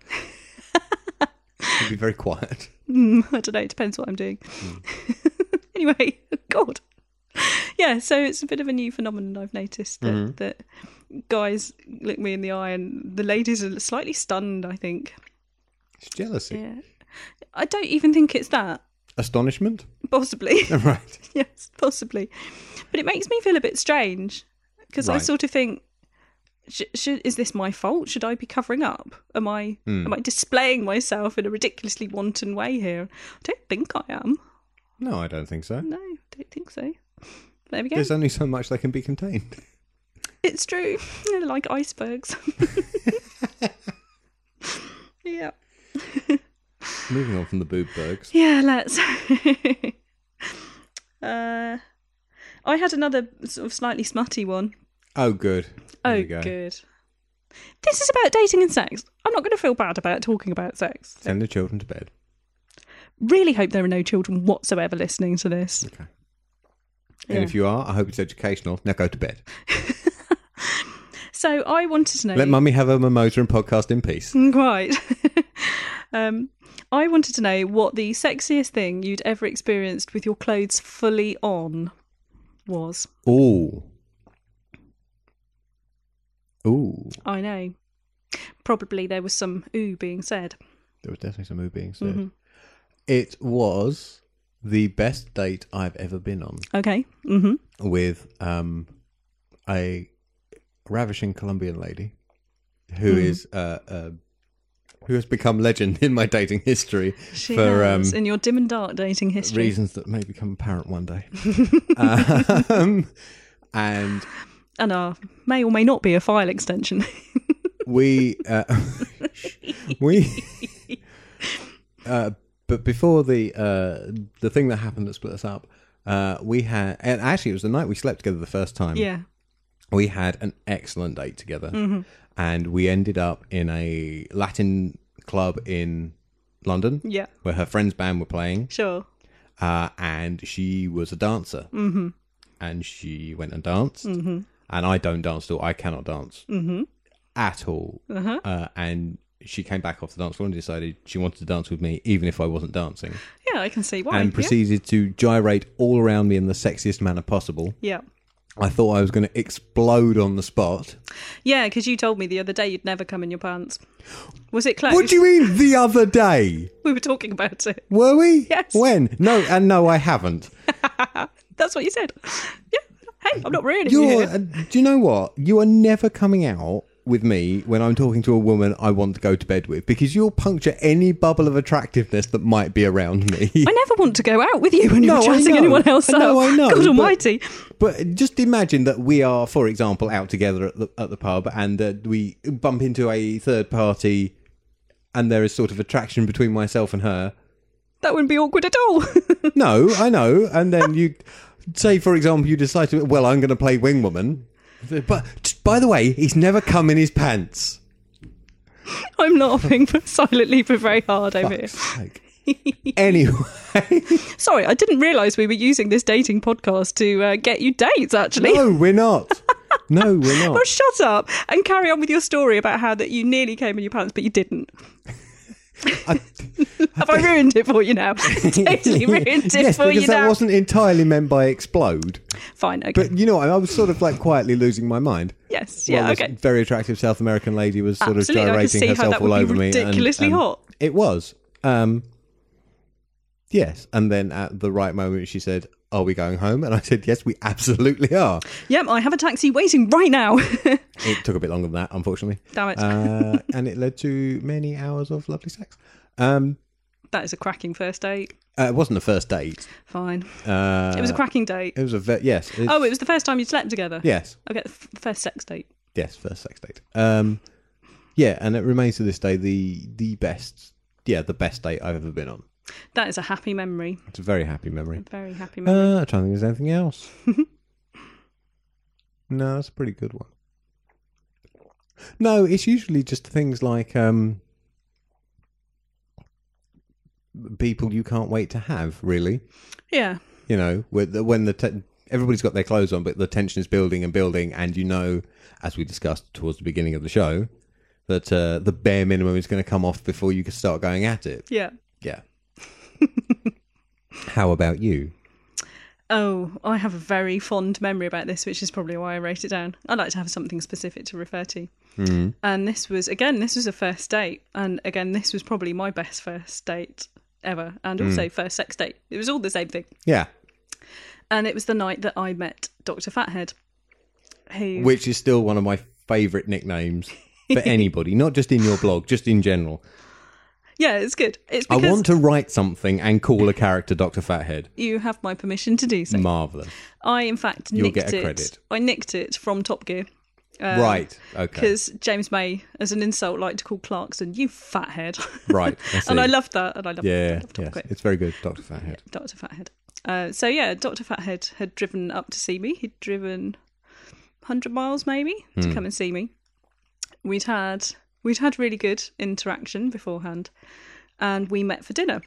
S2: It'll be very quiet.
S1: Mm, (laughs) I don't know. It depends what I'm doing. (laughs) anyway, God. Yeah, so it's a bit of a new phenomenon I've noticed that, that guys look me in the eye and the ladies are slightly stunned, I think.
S2: It's jealousy,
S1: Yeah. I don't even think it's that.
S2: astonishment. (laughs)
S1: Possibly. (laughs)
S2: right.
S1: yes, possibly. But it makes me feel a bit strange because I
S2: Right.
S1: sort of think, sh- should, is this my fault? Should I be covering up? Am I am I displaying myself in a ridiculously wanton way here? I don't think I am.
S2: No, I don't think so.
S1: No, I don't think so. There we go.
S2: There's only so much that can be contained. (laughs)
S1: It's true. (laughs) They're like icebergs. yeah.
S2: Moving on from the boob burgs.
S1: Yeah, let's. (laughs) uh, I had another sort of slightly smutty one.
S2: Oh, good. There
S1: Oh,
S2: you go.
S1: good. This is about dating and sex. I'm not going to feel bad about talking about sex.
S2: Send the children to bed.
S1: Really hope there are no children whatsoever listening to this.
S2: Okay.
S1: Yeah.
S2: And if you are, I hope it's educational. Now go to bed.
S1: So I wanted to know.
S2: Let mummy have a mimosa and podcast in peace.
S1: (laughs) Quite. um, I wanted to know what the sexiest thing you'd ever experienced with your clothes fully on was.
S2: Ooh. Ooh.
S1: I know. Probably there was some ooh being said.
S2: There was definitely some mood being said.
S1: Mm-hmm.
S2: It was the best date I've ever been on
S1: Okay. Mm-hmm.
S2: with um, a ravishing Colombian lady
S1: Hmm.
S2: who is uh, uh, who has become legend in my dating history
S1: She
S2: for um,
S1: has, in your dim and dark dating history.
S2: reasons that may become apparent one
S1: (laughs)
S2: day. um, and
S1: And our may or may not be a file extension. (laughs)
S2: we uh, (laughs) we uh, but before the uh, the thing that happened that split us up uh, we had and actually it was the night we slept together the first time
S1: yeah.
S2: we had an excellent date together
S1: Mm-hmm.
S2: and we ended up in a latin club in london
S1: Yeah.
S2: where her friend's band were playing
S1: Sure.
S2: uh, and she was a dancer mm-hmm. and she went and danced
S1: Mm-hmm.
S2: and i don't dance at all i cannot dance at all
S1: Uh-huh.
S2: uh and she came back off the dance floor and decided she wanted to dance with me even if i wasn't dancing
S1: Yeah, I can see why.
S2: and
S1: yeah.
S2: proceeded to gyrate all around me in the sexiest manner possible
S1: Yeah.
S2: i thought i was going to explode on the spot
S1: Yeah, because you told me the other day you'd never come in your pants. Was it close?
S2: what do you mean the other day
S1: (laughs) We were talking about it.
S2: were we
S1: Yes.
S2: when no and no i haven't
S1: That's what you said. (laughs) Yeah. Hey, I'm not ruining you.
S2: You're, uh, do you know what? You are never coming out with me when I'm talking to a woman I want to go to bed with because you'll puncture any bubble of attractiveness that might be around me.
S1: I never want to go out with you when you're
S2: No, I
S1: dressing
S2: know.
S1: anyone else
S2: I know,
S1: up.
S2: I know,
S1: God
S2: but-
S1: Almighty.
S2: (laughs) But just imagine that we are, for example, out together at the, at the pub and uh, we bump into a third party and there is sort of attraction between myself and her.
S1: That wouldn't be awkward at all. (laughs)
S2: No, I know. And then you say, for example, you decide to, well, I'm going to play Wing Woman. But t- by the way, he's never come in his pants.
S1: I'm laughing but silently but very hard over here.
S2: Like, anyway,
S1: Sorry, I didn't realise we were using this dating podcast to uh, get you dates, actually. (laughs)
S2: no, we're not. No, we're not.
S1: Oh, shut up and carry on with your story about how that you nearly came in your pants, but you didn't.
S2: I,
S1: Have I ruined it for you
S2: (laughs)
S1: now? (laughs) totally ruined it
S2: yes,
S1: for
S2: because
S1: you
S2: that
S1: now.
S2: wasn't entirely meant by explode.
S1: Fine, okay.
S2: But you know, I was sort of like quietly losing my mind.
S1: yes,
S2: Well,
S1: yeah,
S2: this
S1: okay.
S2: Very attractive South American lady was sort
S1: Absolutely, I
S2: of
S1: could
S2: gyrating
S1: see how
S2: herself
S1: that
S2: all
S1: would be
S2: over me. and-
S1: ridiculously
S2: and
S1: hot.
S2: It was. Um, yes, and then at the right moment, she said, "Are we going home?" And I said, "Yes, we absolutely are."
S1: Yep, I have a taxi waiting right now. (laughs)
S2: It took a bit longer than that, unfortunately.
S1: Damn it.
S2: Uh, and it led to many hours of lovely sex. Um,
S1: that is a cracking first date.
S2: uh, it wasn't a first date.
S1: Fine.
S2: Uh,
S1: It was a cracking date.
S2: It was a ve- yes. it's-
S1: Oh, it was the first time you slept together.
S2: yes.
S1: Okay, the f- first sex date.
S2: Yes, first sex date. Um, yeah, and it remains to this day the the best. Yeah, the best date I've ever been on.
S1: That is a happy memory.
S2: It's a very happy memory.
S1: Very happy memory.
S2: Uh, I'm trying to think if there's anything else. no, that's a pretty good one. No, it's usually just things like um, people you can't wait to have. Really,
S1: yeah.
S2: you know, with the, when the te- everybody's got their clothes on, but the tension is building and building, and you know, as we discussed towards the beginning of the show, that uh, the bare minimum is going to come off before you can start going at it.
S1: Yeah.
S2: Yeah. How about you?
S1: Oh, I have a very fond memory about this, which is probably why I wrote it down. I like to have something specific to refer to.
S2: Mm-hmm.
S1: And this was, again, this was a first date. And again, this was probably my best first date ever. And
S2: Mm.
S1: also first sex date. It was all the same thing.
S2: Yeah,
S1: And it was the night that I met Dr. Fathead, who.
S2: which is still one of my favourite nicknames
S1: (laughs)
S2: for anybody, not just in your blog, just in general.
S1: yeah, it's good. It's
S2: I
S1: because
S2: want to write something and call a character Doctor Fathead.
S1: you have my permission to do so.
S2: Marvelous.
S1: I, in fact,
S2: You'll
S1: nicked
S2: get a
S1: it.
S2: credit.
S1: I nicked it from Top Gear. Uh,
S2: right.
S1: (laughs)
S2: Okay.
S1: Because James May, as an insult, liked to call Clarkson, you fathead.
S2: Right. I
S1: (laughs)
S2: see.
S1: and I loved that. And I loved
S2: Yeah.
S1: loved Top
S2: Yes.
S1: Gear.
S2: It's very good, Doctor Fathead.
S1: Dr. Fathead. Uh, so, yeah, Dr. Fathead had driven up to see me. He'd driven 100 miles, maybe, to come and see me. We'd had we'd had really good interaction beforehand, and we met for dinner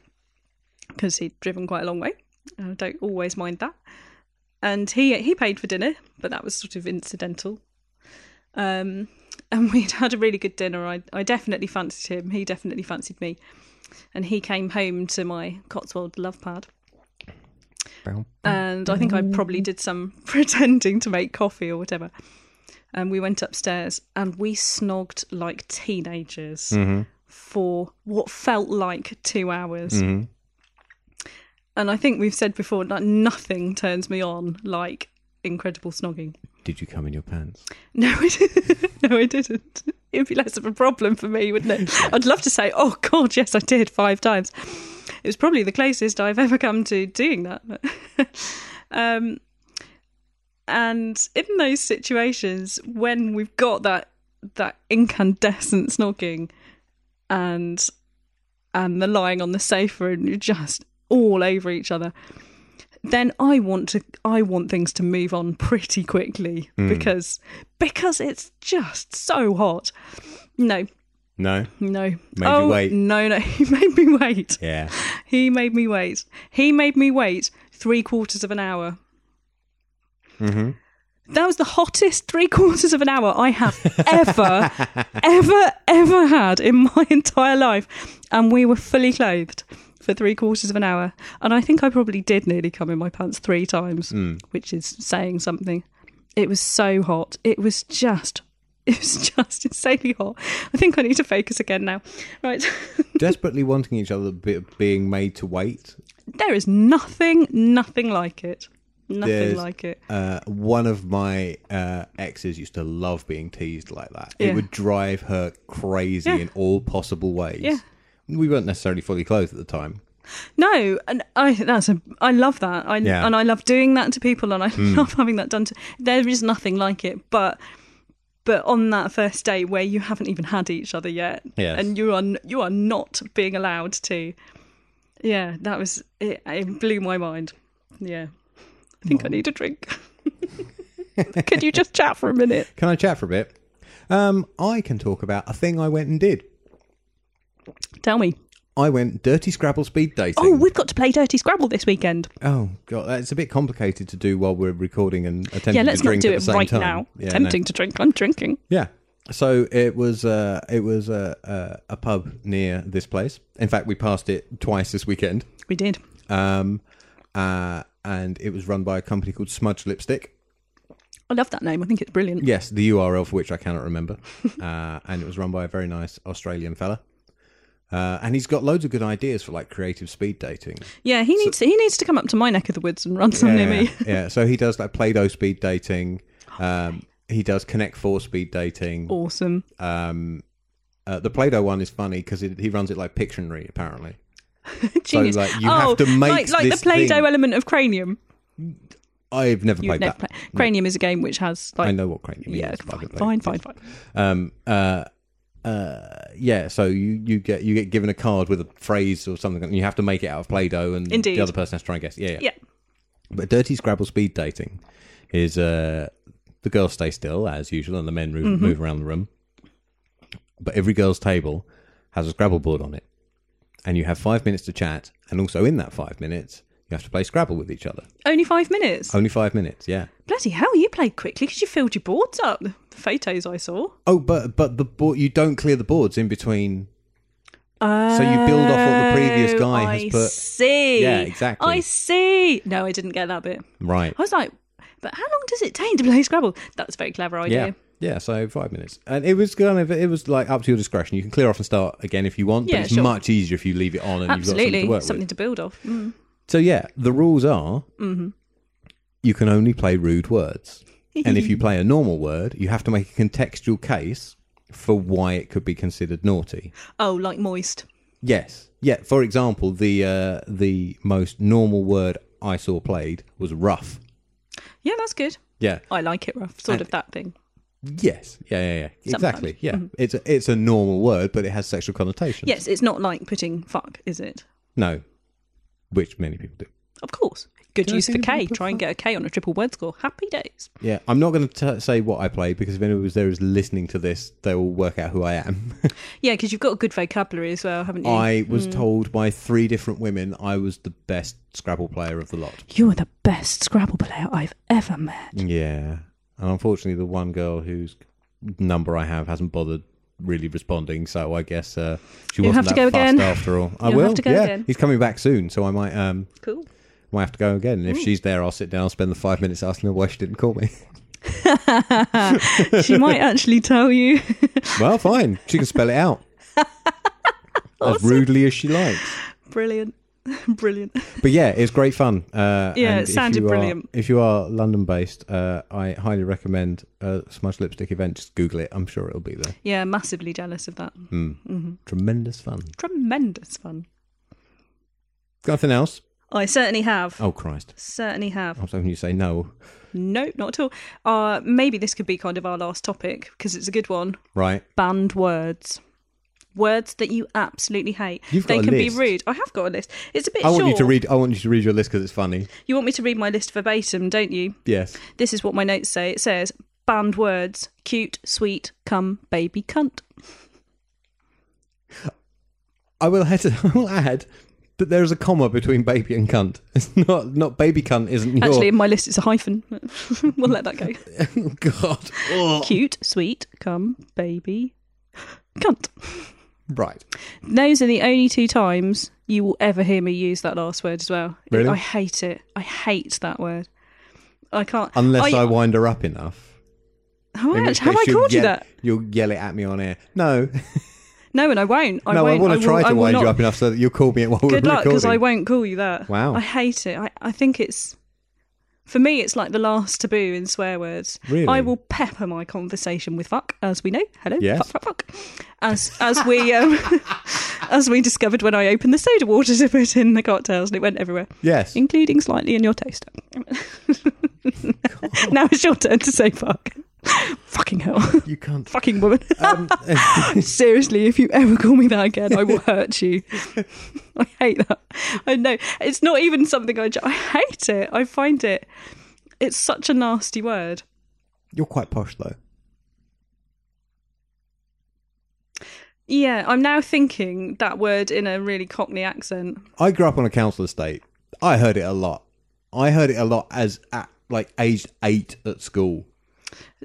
S1: because he'd driven quite a long way. I don't always mind that. And he he paid for dinner, but that was sort of incidental. Um, (laughs) and we'd had a really good dinner. I I definitely fancied him. He definitely fancied me. And he came home to my Cotswold love pad.
S2: Bow.
S1: And I think I probably did some (laughs) pretending to make coffee or whatever. And we went upstairs and we snogged like teenagers for what felt like two hours. And I think we've said before that nothing turns me on like incredible snogging.
S2: Did you come in your pants?
S1: (laughs) No, I didn't. no, I didn't. It would be less of a problem for me, wouldn't it? I'd love to say, "Oh God, yes, I did five times." It was probably the closest I've ever come to doing that. (laughs) um, and in those situations, when we've got that that incandescent snogging, and and the lying on the sofa and you're just all over each other then i want to i want things to move on pretty quickly
S2: Hmm.
S1: because because it's just so hot no
S2: No.
S1: no
S2: you
S1: oh,
S2: wait.
S1: no (laughs) no he made me wait
S2: Yeah.
S1: he made me wait he made me wait three quarters of an hour that was the hottest three quarters of an hour I have ever, (laughs) ever, ever had in my entire life. And we were fully clothed for three quarters of an hour. And I think I probably did nearly come in my pants three times, which is saying something. It was so hot. It was just, (laughs) it was just insanely hot. I think I need to focus again now. Right. (laughs)
S2: Desperately wanting each other, be- being made to wait.
S1: there is nothing, nothing like it. Nothing
S2: There's-
S1: like it.
S2: Uh, one of my uh, exes used to love being teased like that.
S1: Yeah.
S2: It would drive her crazy
S1: Yeah.
S2: in all possible ways.
S1: Yeah.
S2: We weren't necessarily fully clothed at the time.
S1: No, and I that's a I love that. I
S2: Yeah. Hmm.
S1: and I love doing that to people, and I love having that done to. There is nothing like it, but but on that first day where you haven't even had each other yet,
S2: Yes.
S1: and you are n- you are not being allowed to. Yeah, that was it. It blew my mind. Yeah, I think I need a drink. (laughs) Could you just chat for a minute?
S2: Can I chat for a bit? Um, I can talk about a thing I went and did.
S1: Tell me.
S2: I went dirty Scrabble speed dating.
S1: Oh, we've got to play Dirty Scrabble this weekend.
S2: Oh, god, that's a bit complicated to do while we're recording and attempting
S1: Yeah, let's
S2: to
S1: not
S2: drink
S1: do
S2: at
S1: it
S2: the same
S1: right
S2: time.
S1: now.
S2: Yeah, no.
S1: Tempting to drink. I'm drinking.
S2: Yeah. So it was uh, it was a, a a pub near this place. In fact, we passed it twice this weekend,
S1: We did.
S2: um, uh, and it was run by a company called Smudge Lipstick.
S1: I love that name. I think it's brilliant.
S2: Yes, the URL for which I
S1: (laughs)
S2: cannot remember, uh, and it was run by a very nice Australian fella. Uh, and he's got loads of good ideas for like creative speed dating.
S1: Yeah, he needs he needs to come up to my neck of the woods and run some near me.
S2: yeah, yeah. So he does like Play-Doh speed dating. Um, he does Connect Four speed dating.
S1: (laughs) Awesome.
S2: Uh, the Play-Doh one is funny because he runs it like Pictionary, apparently.
S1: Genius. Oh,
S2: like, you have to make
S1: like, like
S2: this
S1: the Play-Doh
S2: thing.
S1: element of Cranium.
S2: I've never
S1: You've
S2: played
S1: never
S2: that.
S1: played- Cranium is a game which has like
S2: I know what cranium
S1: yeah,
S2: is. but I
S1: fine,
S2: haven't played
S1: fine,
S2: it.
S1: fine, fine.
S2: Um, uh, uh, yeah. So you, you get you get given a card with a phrase or something, and you have to make it out of Play-Doh, and
S1: Indeed.
S2: the other person has to try and guess. Yeah, yeah.
S1: Yeah.
S2: But dirty Scrabble speed dating is uh, the girls stay still as usual, and the men move,
S1: Mm-hmm.
S2: move around the room. But every girl's table has a Scrabble board on it, and you have five minutes to chat. And also in that five minutes, you have to play Scrabble with each other.
S1: Only five minutes.
S2: Only five minutes, yeah.
S1: Bloody hell, you played quickly because you filled your boards up. The photos I saw.
S2: Oh, but but the board you don't clear the boards in between. so you build off what the previous
S1: Oh,
S2: guy
S1: I
S2: has put.
S1: see.
S2: Yeah, exactly.
S1: I see. No, I didn't get that bit.
S2: Right.
S1: I was like, but how long does it take to play Scrabble? That's a very clever idea.
S2: Yeah. Yeah, so five minutes. And it was kind of, it was like up to your discretion. You can clear off and start again if you want,
S1: Yeah,
S2: but it's
S1: sure.
S2: much easier if you leave it on and
S1: Absolutely.
S2: you've got something to work with.
S1: build off. Mm.
S2: So, yeah, the rules are
S1: Mm-hmm.
S2: you can only play rude words.
S1: (laughs)
S2: and if you play a normal word, you have to make a contextual case for why it could be considered naughty.
S1: Oh, like moist.
S2: Yes. Yeah, for example, the uh, the most normal word I saw played was rough.
S1: Yeah, that's good.
S2: Yeah.
S1: I like it rough, sort of that thing.
S2: Yes. Yeah, yeah, yeah. Exactly. Yeah.
S1: Mm-hmm.
S2: It's a, it's a normal word, but it has sexual connotations.
S1: Yes, it's not like putting fuck, is it?
S2: No. Which many people do.
S1: Of course. Good
S2: Did I
S1: use for
S2: think about
S1: K.
S2: the
S1: Try and get a K on a triple word score. Happy days.
S2: Yeah, I'm not going to say what I play because if anyone was there is listening to this, they will work out who
S1: (laughs)
S2: I am.
S1: Yeah, because you've got a good vocabulary as well, haven't you?
S2: I
S1: Hmm.
S2: was told by three different women I was the best Scrabble player of the lot.
S1: You are the best Scrabble player I've ever met.
S2: Yeah, and unfortunately, the one girl whose number I have hasn't bothered really responding, so I guess uh, she
S1: You'll
S2: wasn't
S1: have to go
S2: that fussed
S1: again.
S2: after all. I
S1: You'll
S2: will.
S1: have to go
S2: yeah,
S1: again.
S2: he's coming back soon, so I might um
S1: Cool.
S2: (laughs) might have to go again. And if she's there, I'll sit down. I'll spend the five minutes asking her why she didn't call me.
S1: she might actually tell you. (laughs)
S2: Well, fine. She can spell it out as rudely as she likes.
S1: Brilliant. (laughs) Brilliant.
S2: But yeah, it's great fun. Uh,
S1: Yeah,
S2: and
S1: it
S2: if
S1: sounded
S2: you are-
S1: brilliant.
S2: If you are London based, uh, I highly recommend a Smudge Lipstick event. Just Google it. I'm sure it'll be there.
S1: Yeah, massively jealous of that.
S2: Tremendous fun.
S1: Tremendous fun.
S2: Got nothing else?
S1: I certainly have.
S2: Oh, Christ.
S1: Certainly have.
S2: I was hoping you say no.
S1: Nope, not at all. Uh, maybe this could be kind of our last topic because it's a good one.
S2: Right.
S1: Banned words. Words that you absolutely hate.
S2: You've
S1: they
S2: got a
S1: can
S2: list.
S1: be rude. I have got a list. It's a bit
S2: I
S1: short.
S2: want you to read. I want you to read your list because it's funny.
S1: You want me to read my list verbatim, don't you?
S2: Yes.
S1: This is what my notes say. It says banned words cute, sweet, come, baby, cunt.
S2: I will, add, (laughs) I will add that there is a comma between baby and cunt. It's not not baby cunt. Isn't your
S1: Actually, in my list, it's a hyphen. (laughs) we'll let
S2: (laughs)
S1: that go.
S2: God? Oh.
S1: (laughs) Cute, sweet, come, baby, cunt.
S2: Right.
S1: Those are the only two times you will ever hear me use that last word as well. It-
S2: Really?
S1: I hate it. I hate that word. I can't.
S2: Unless
S1: I,
S2: I wind her up enough.
S1: How
S2: In
S1: much
S2: which
S1: have I
S2: case you'll
S1: called you
S2: yell-
S1: that?
S2: You'll yell it at me on air. No,
S1: No, and I won't. I
S2: (laughs) no, I
S1: won't.
S2: want to
S1: will-
S2: try
S1: I
S2: to
S1: will
S2: wind you
S1: not.
S2: up enough so that you'll call me at while
S1: Good
S2: we're
S1: luck, because I
S2: recording.
S1: won't call you that.
S2: Wow.
S1: I hate it. I, I think it's. For me, it's like the last taboo in swear words.
S2: Really?
S1: I will pepper my conversation with fuck, as we know. Hello,
S2: Yes.
S1: fuck, fuck, fuck. As as we um, (laughs) as we discovered when I opened the soda water to put in the cocktails, and it went everywhere.
S2: Yes,
S1: including slightly in your
S2: (laughs)
S1: toaster. now it's your turn to say fuck. Fucking hell. (laughs)
S2: you can't.
S1: Fucking woman.
S2: Um,
S1: (laughs) Seriously, if you ever call me that again, I will hurt you. I hate that. I know. It's not even something I. ju- I hate it. I find it. It's such a nasty word.
S2: (laughs) you're quite posh though.
S1: Yeah, I'm now thinking that word in a really cockney accent.
S2: I grew up on a council estate. I heard it a lot. I heard it a lot as at like aged eight at school.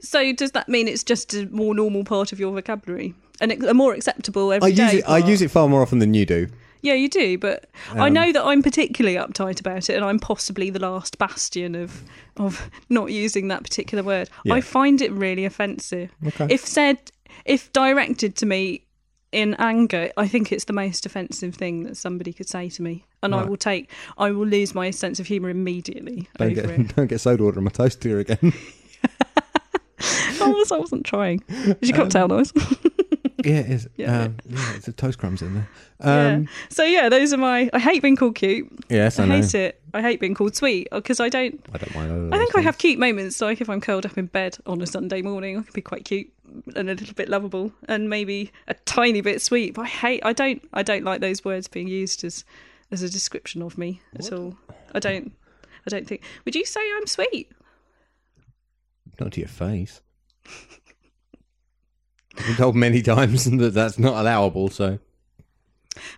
S1: So does that mean it's just a more normal part of your vocabulary and a more acceptable
S2: I
S1: everyday?
S2: use it. I
S1: part?
S2: use it far more often than you do.
S1: Yeah, you do, but I
S2: Um,
S1: know that I'm particularly uptight about it, and I'm possibly the last bastion of of not using that particular word.
S2: Yeah.
S1: I find it really offensive.
S2: Okay.
S1: If said, if directed to me in anger, I think it's the most offensive thing that somebody could say to me, and I
S2: Right.
S1: will take, I will lose my sense of humour immediately
S2: Don't
S1: over it.
S2: get, (laughs) don't get soda water on my toast here again. (laughs)
S1: I, was, I wasn't trying. Was your
S2: Um,
S1: cocktail noise?
S2: yeah, it is.
S1: Yeah.
S2: Um, yeah, it's a toast crumbs in there.
S1: yeah.
S2: Um,
S1: So yeah, those are my. I hate being called cute.
S2: Yes, I,
S1: I
S2: know.
S1: hate it. I hate being called sweet because I don't.
S2: I don't mind. either of
S1: I think
S2: those
S1: I have cute moments. Like if I'm curled up in bed on a Sunday morning, I can be quite cute and a little bit lovable, and maybe a tiny bit sweet. But I hate. I don't. I don't like those words being used as as a description of me at all. I don't. I don't think. Would you say I'm sweet?
S2: things. Not to your face. I've been told many times (laughs) that that's not allowable. So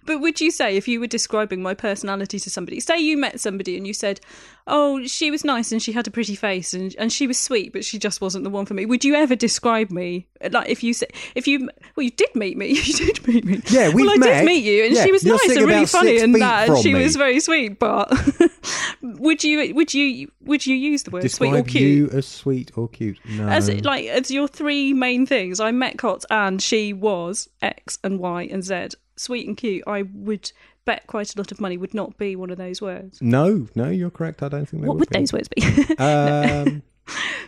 S1: But would you say if you were describing my personality to somebody, say you met somebody and you said, "Oh, she was nice and she had a pretty face and and she was sweet, but she just wasn't the one for me." Would you ever describe me like if you said if you well you did meet me, (laughs) you did meet me.
S2: Yeah, we've
S1: well I
S2: met.
S1: did meet you and
S2: Yeah,
S1: she was
S2: you're
S1: nice and
S2: sitting
S1: really
S2: about
S1: funny
S2: six
S1: and
S2: feet
S1: that and
S2: from
S1: she
S2: me.
S1: was very sweet, but (laughs) would you would you would you use the word sweet or
S2: describe
S1: cute?
S2: you as sweet or cute. No,
S1: as like as your three main things i met cot and she was x and y and z sweet and cute i would bet quite a lot of money would not be one of those words
S2: no, no, you're correct. I don't think they
S1: what would
S2: be.
S1: those
S2: (laughs)
S1: words be (laughs)
S2: Um,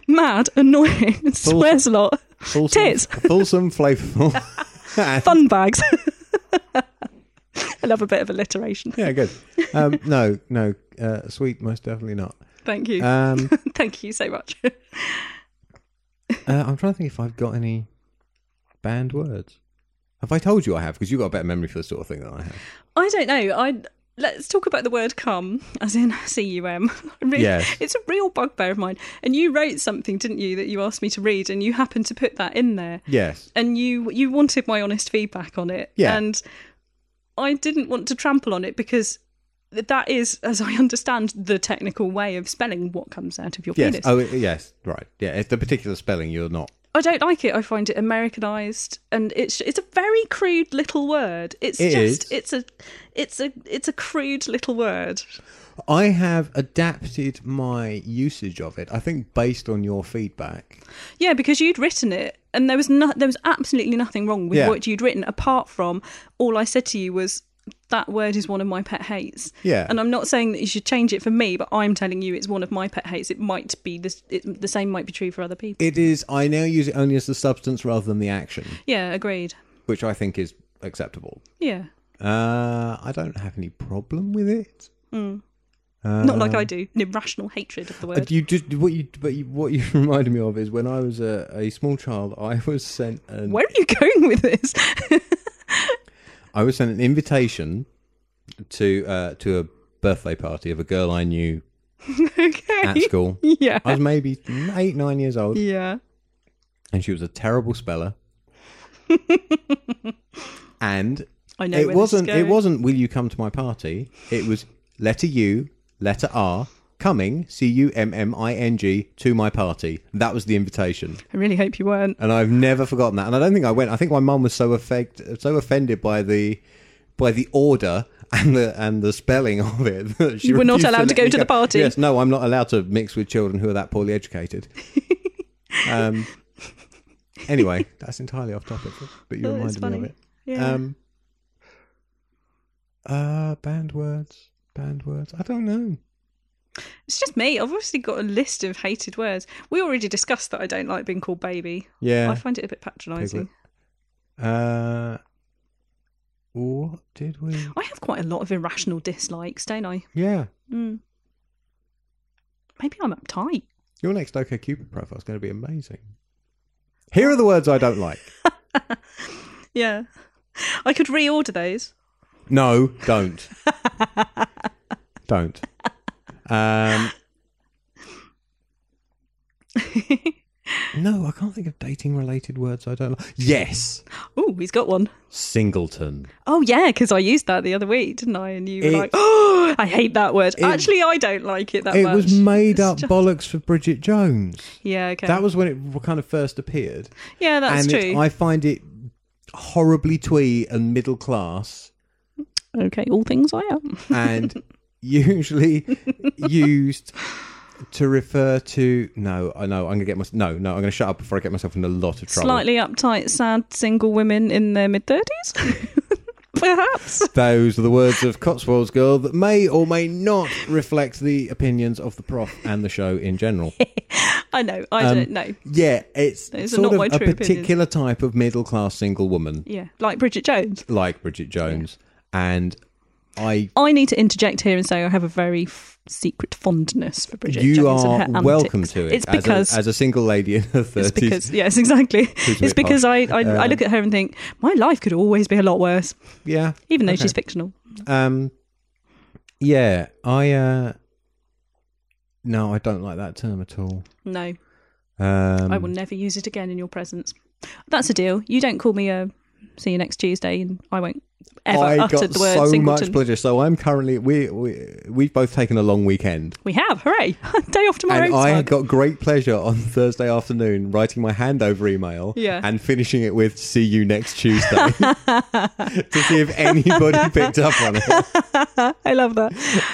S1: mad annoying (laughs) swears a lot
S2: fulsome,
S1: Tits.
S2: fulsome, flavourful.
S1: (laughs)
S2: And-
S1: fun bags i love a bit of alliteration
S2: (laughs) Yeah, good. Um, no, no, uh, sweet, most definitely not.
S1: thank you
S2: Um,
S1: (laughs) thank you so much (laughs)
S2: uh, I'm trying to think if I've got any banned words. Have I told you I have? Because you've got a better memory for the sort of thing than I have.
S1: i don't know i Let's talk about the word cum, as in (laughs) C U M. I really-
S2: Yes.
S1: It's a real bugbear of mine. And you wrote something, didn't you, that you asked me to read, and you happened to put that in there.
S2: Yes.
S1: and you you wanted my honest feedback on it
S2: Yeah.
S1: and i didn't want to trample on it because th- that is as i understand the technical way of spelling what comes out of your
S2: Yes.
S1: penis
S2: Oh, it- yes. Right. Yeah. It's the particular spelling you're not.
S1: i don't like it i find it americanized and it's it's a very crude little word it's
S2: It
S1: just
S2: is.
S1: it's a it's a it's a crude little word
S2: I have adapted my usage of it. I think based on your feedback.
S1: Yeah, because you'd written it, and there was no, there was absolutely nothing wrong with
S2: Yeah.
S1: what you'd written, apart from all I said to you was that word is one of my pet hates.
S2: Yeah.
S1: and I'm not saying that you should change it for me, but I'm telling you it's one of my pet hates. It might be this, it, the same might be true for other people.
S2: It is. I now use it only as the substance rather than the action,
S1: Yeah, agreed.
S2: which I think is acceptable.
S1: Yeah,
S2: Uh, I don't have any problem with it.
S1: not like I
S2: Um,
S1: do an irrational hatred of the word.
S2: But you just what you but you, what you (laughs) reminded me of is when I was a, a small child, I was sent an
S1: Where are you (laughs) going with this?
S2: I was sent an invitation to uh, to a birthday party of a girl I knew at
S1: okay.
S2: school.
S1: (laughs) Yeah.
S2: I was maybe eight nine years old,
S1: Yeah.
S2: and she was a terrible
S1: (laughs)
S2: speller. and
S1: I know.
S2: it
S1: where
S2: wasn't
S1: This is
S2: it
S1: going.
S2: wasn't will you come to my party? It was letter U, letter R, coming C U M M I N G to my party. That was the invitation.
S1: I really hope you weren't.
S2: and I've never forgotten that. And I don't think I went. I think my mum was so affect, so offended by the by the order and the and the spelling of it. (laughs) That she
S1: You were not
S2: refused
S1: allowed to
S2: let
S1: go
S2: me
S1: to the party.
S2: Yes, no, I'm not allowed to mix with children who are that
S1: (laughs)
S2: poorly educated. um. Anyway, that's entirely off topic, but you
S1: Oh, it's
S2: reminded me of
S1: funny.
S2: it.
S1: Yeah.
S2: Um. Uh, banned words. Banned words. I don't know.
S1: It's just me. I've obviously got a list of hated words. We already discussed that I don't like being called baby. I
S2: Yeah.
S1: find it a bit patronising.
S2: Uh. What did we?
S1: I have quite a lot of irrational dislikes, don't I?
S2: Yeah.
S1: Mm. Maybe I'm uptight.
S2: Your next OKCupid profile is going to be amazing. Here are the words I don't like.
S1: Yeah. I could reorder (laughs) those.
S2: No,
S1: (laughs)
S2: don't. don't. Um, no, I can't think of dating dating related words I don't like? Yes,
S1: Oh, he's got one.
S2: singleton.
S1: Oh yeah, because I used that the other week, didn't I? And you were
S2: It-
S1: like, (gasps) "Oh, I hate that word." Actually, I don't like it that
S2: it
S1: much.
S2: was made
S1: It's
S2: up
S1: just-
S2: bollocks for Bridget Jones.
S1: yeah, okay.
S2: That was when it kind of first appeared.
S1: yeah, that's
S2: and
S1: true.
S2: it- I find it horribly twee and middle class,
S1: Okay, all things I am.
S2: and usually used to refer to. No, I know. I'm gonna get my no, no. I'm gonna shut up before I get myself in a lot of trouble.
S1: Slightly uptight, sad single women in their mid thirties, (laughs)
S2: (laughs)
S1: perhaps.
S2: Those are the words of Cotswolds Girl that may or may not reflect the opinions of the prof and the show
S1: (laughs)
S2: in general.
S1: I know. I
S2: Um,
S1: don't know.
S2: Yeah, it's
S1: Those are
S2: sort
S1: not
S2: of
S1: my
S2: a
S1: true opinions.
S2: particular type of middle class single woman
S1: Yeah, like Bridget Jones.
S2: like Bridget Jones, and I
S1: I need to interject here and say I have a very f- secret fondness for Bridget
S2: you
S1: Jones and her
S2: are
S1: antics.
S2: welcome to it
S1: It's because
S2: as, a, as a single lady in her 30s
S1: It's because yes,
S2: (laughs)
S1: exactly.
S2: bit
S1: It's because I I, I
S2: Um,
S1: look at her and think my life could always be a lot worse,
S2: yeah
S1: even though
S2: okay.
S1: she's fictional.
S2: um yeah i uh no i don't like that term at all
S1: No,
S2: um
S1: I will never use it again in your presence. That's a deal. You don't call me a see you next Tuesday, and I won't ever
S2: I
S1: utter
S2: got
S1: the word
S2: so
S1: singleton.
S2: much pleasure. So I'm currently we we we've both taken a long weekend,
S1: we have hooray (laughs) day off tomorrow.
S2: and I
S1: smug.
S2: got great pleasure on (laughs) Thursday afternoon writing my handover email,
S1: Yeah.
S2: and finishing it with "See you next
S1: (laughs)
S2: Tuesday" to see if anybody picked up on it.
S1: I love
S2: (laughs)
S1: that.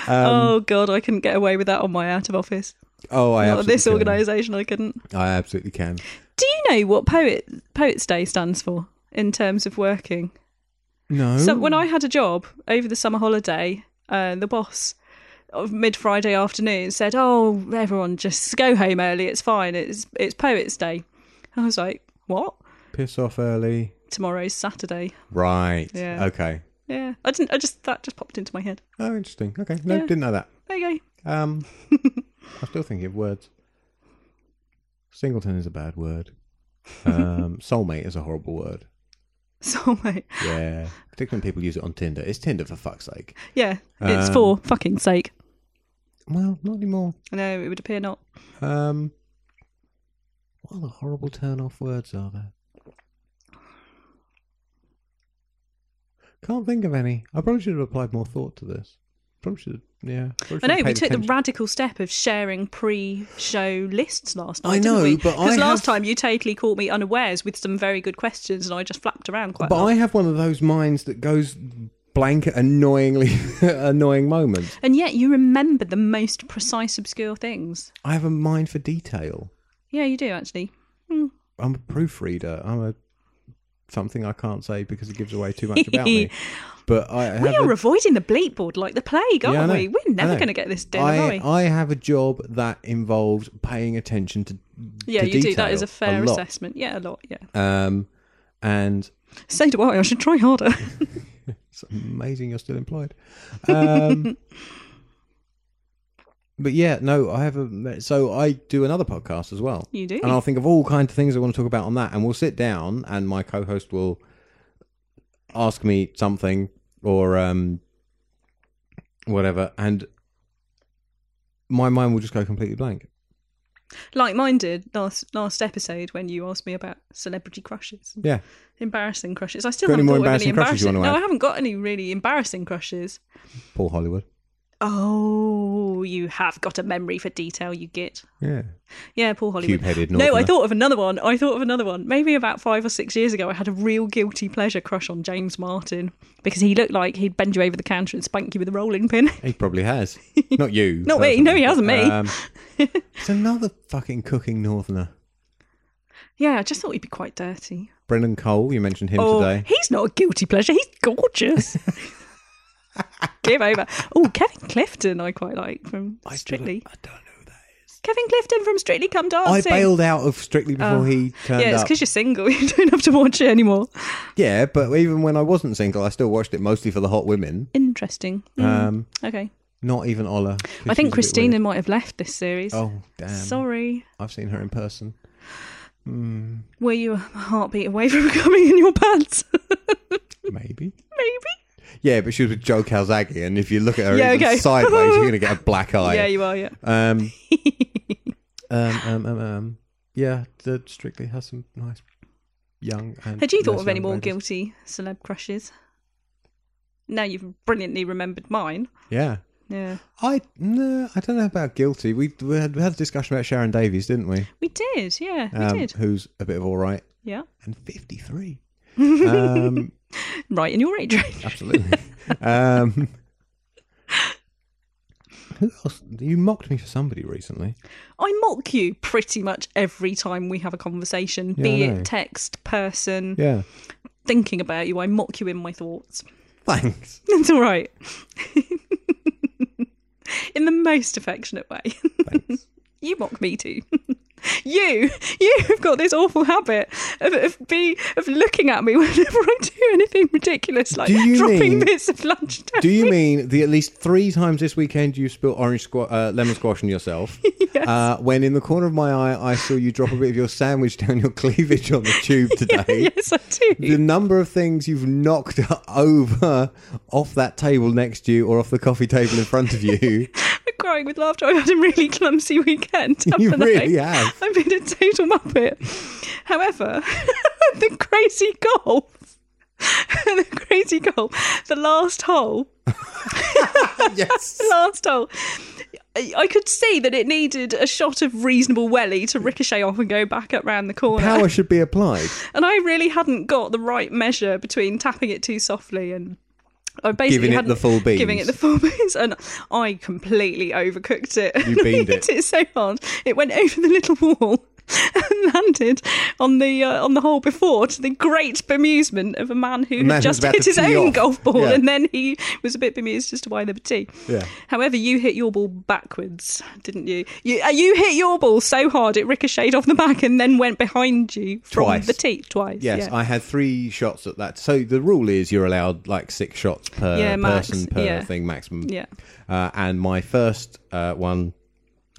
S2: Um,
S1: oh god, I couldn't get away with that on my out of office.
S2: Oh, I
S1: Not
S2: absolutely
S1: at this
S2: can.
S1: organisation, I couldn't.
S2: I absolutely can.
S1: Do you know what poet Poets Day stands for in terms of working?
S2: No,
S1: So when I had a job over the summer holiday, uh, the boss of mid Friday afternoon said, "Oh, everyone, just go home early. It's fine. It's it's Poets Day." I was like, "What?
S2: piss off early.
S1: Tomorrow's Saturday."
S2: Right.
S1: Yeah.
S2: Okay.
S1: Yeah, I didn't. I just that just popped into my head.
S2: Oh, interesting. Okay. No,
S1: Yeah.
S2: didn't know that.
S1: There you go. (laughs)
S2: Um, I'm still thinking of words. Singleton is a bad word.
S1: (laughs)
S2: Um, soulmate is a horrible word.
S1: Soulmate.
S2: Yeah. Particularly when people use it on Tinder. It's Tinder for fuck's sake.
S1: Yeah, it's
S2: Um,
S1: for fucking sake.
S2: Well, not anymore.
S1: No, it would appear not.
S2: Um, what other horrible turn off words are there? Can't think of any. I probably should have applied more thought to this. Probably should have, yeah. Probably
S1: I
S2: should have
S1: know we
S2: paid
S1: took the
S2: attention.
S1: radical step of sharing pre-show lists last night.
S2: I
S1: didn't
S2: know,
S1: we?
S2: but I
S1: because last
S2: have-
S1: time you totally caught me unawares with some very good questions, and I just flapped around quite. a
S2: But
S1: lot.
S2: I have one of those minds that goes blank at annoyingly (laughs) annoying moments.
S1: And yet you remember the most precise, obscure things.
S2: I have a mind for detail.
S1: Yeah, you do actually.
S2: I'm a proofreader. I'm a something I can't say because it gives away too much
S1: (laughs)
S2: about me. But I
S1: We
S2: have
S1: are
S2: a-
S1: avoiding the bleep board like the plague,
S2: Yeah, I
S1: aren't
S2: know.
S1: we? We're
S2: I
S1: never
S2: know.
S1: going to get this done, are
S2: I,
S1: we?
S2: I have a job that involves paying attention to
S1: yeah,
S2: to
S1: you do. That
S2: detail
S1: is a fair
S2: lot.
S1: assessment. Yeah, a lot. Yeah.
S2: Um, and
S1: So do I. I should try harder. (laughs)
S2: It's amazing you're still employed.
S1: (laughs)
S2: Um, but yeah, no, I have a. So I do another podcast as well.
S1: You do?
S2: And I'll think of all kinds of things I want to talk about on that. And we'll sit down and my co host will ask me something or um, whatever. And my mind will just go completely blank.
S1: like mine did last last episode when you asked me about celebrity crushes,
S2: Yeah.
S1: embarrassing crushes. I still
S2: Got any
S1: haven't
S2: more
S1: thought of
S2: embarrassing
S1: any
S2: crushes you
S1: embarrassing.
S2: wanna
S1: No,
S2: add?
S1: I haven't got any really embarrassing crushes.
S2: Paul Hollywood.
S1: Oh, you have got a memory for detail, you git.
S2: Yeah.
S1: Yeah, Paul Hollywood.
S2: Cube-headed
S1: No, I
S2: northerner.
S1: thought of another one. I thought of another one. Maybe about five or six years ago, I had a real guilty pleasure crush on James Martin because he looked like he'd bend you over the counter and spank you with a rolling pin. (laughs)
S2: He probably has. Not you.
S1: Not me. No, he hasn't, me. (laughs)
S2: Um, it's another fucking cooking northerner.
S1: yeah, I just thought he'd be quite dirty.
S2: Brendan Cole, you mentioned him
S1: Oh,
S2: today.
S1: he's not a guilty pleasure. He's
S2: (laughs)
S1: gorgeous. Give over. Oh, Kevin Clifton, I quite like from Strictly.
S2: I don't know who that is.
S1: Kevin Clifton from Strictly Come
S2: I
S1: Dancing.
S2: bailed out of Strictly before he turned
S1: Oh. yeah, it's
S2: up.
S1: because you're single. (laughs) You don't have to watch it anymore.
S2: Yeah, but even when I wasn't single, I still watched it mostly for the hot women.
S1: Interesting. Mm,
S2: Um,
S1: okay.
S2: not even Ola. 'cause
S1: I
S2: she's a
S1: think
S2: bit
S1: Christina
S2: weird.
S1: might have left this series.
S2: Oh damn!
S1: Sorry.
S2: I've seen her in person.
S1: Were you a heartbeat away from (laughs) coming in your pants? (laughs)
S2: Maybe.
S1: Maybe.
S2: Yeah, but she was with Joe Calzaghe, and if you look at her
S1: Yeah,
S2: even
S1: okay. (laughs)
S2: sideways, you're gonna get a black eye.
S1: Yeah, you are, yeah.
S2: Um, um, um, um, um, yeah, the Strictly has some nice young. And
S1: Had you thought
S2: less
S1: of any
S2: young
S1: more
S2: ladies.
S1: guilty celeb crushes? Now you've brilliantly remembered mine.
S2: Yeah,
S1: Yeah,
S2: I no, I don't know about guilty. We we had, we had a discussion about Sharon Davies, didn't we?
S1: we did. Yeah, we
S2: Um,
S1: did.
S2: Who's a bit of all right
S1: Yeah,
S2: and fifty (laughs) three. um,
S1: right in your age
S2: (laughs)
S1: range.
S2: Absolutely. um, who else? You mocked me for somebody recently.
S1: I mock you pretty much every time we have a conversation,
S2: Yeah,
S1: be
S2: I know.
S1: it text, person,
S2: Yeah.
S1: thinking about you. I mock you in my thoughts. (laughs)
S2: Thanks.
S1: It's all right. (laughs) in the most affectionate way. (laughs)
S2: Thanks.
S1: you mock me too. (laughs) you, you have got this awful habit of, of be of looking at me (laughs) whenever I do anything ridiculous, like
S2: Do you
S1: dropping
S2: mean-
S1: bits of lunch down.
S2: Do you mean the at least three times this weekend you spilled orange squa- uh, lemon squash on (laughs) yourself? uh, when in the corner of my eye I saw you drop a bit of your sandwich (laughs) down your cleavage on the tube today.
S1: (laughs)
S2: (laughs)
S1: yes, I do.
S2: The number of things you've knocked (laughs) over off that table next to you or off the coffee table in front of you,
S1: I'm (laughs) crying with laughter. I had a really clumsy weekend.
S2: (laughs) you
S1: haven't I?
S2: really have.
S1: (laughs) I've been a total muppet. However, (laughs) the crazy goal, (laughs) the crazy goal, the last hole,
S2: (laughs) Yes.
S1: the last hole. I I could see that it needed a shot of reasonable welly to ricochet off and go back up round the corner.
S2: Power should
S1: (laughs)
S2: be applied.
S1: And I really hadn't got the right measure between tapping it too softly and I basically
S2: Giving it
S1: hadn't-
S2: the full beans.
S1: Giving it the full (laughs) beans, and I completely overcooked it.
S2: You beamed it.
S1: Hit (laughs) it so hard it went (laughs) over the little wall and landed on the uh, on the hole before, to the great bemusement of a man who
S2: man
S1: had
S2: who's
S1: just
S2: about
S1: hit
S2: to
S1: his
S2: tee
S1: own
S2: off.
S1: golf ball,
S2: Yeah.
S1: and then he was a bit bemused as to why they were tee.
S2: Yeah.
S1: However, you hit your ball backwards, didn't you? You uh, you hit your ball so hard it ricocheted off the back and then went behind you from
S2: Twice.
S1: the tee twice.
S2: Yes,
S1: yeah.
S2: I had three shots at that. So the rule is you're allowed like six shots per
S1: Yeah, max,
S2: person per
S1: yeah.
S2: thing maximum.
S1: Yeah.
S2: Uh, and my first uh, one,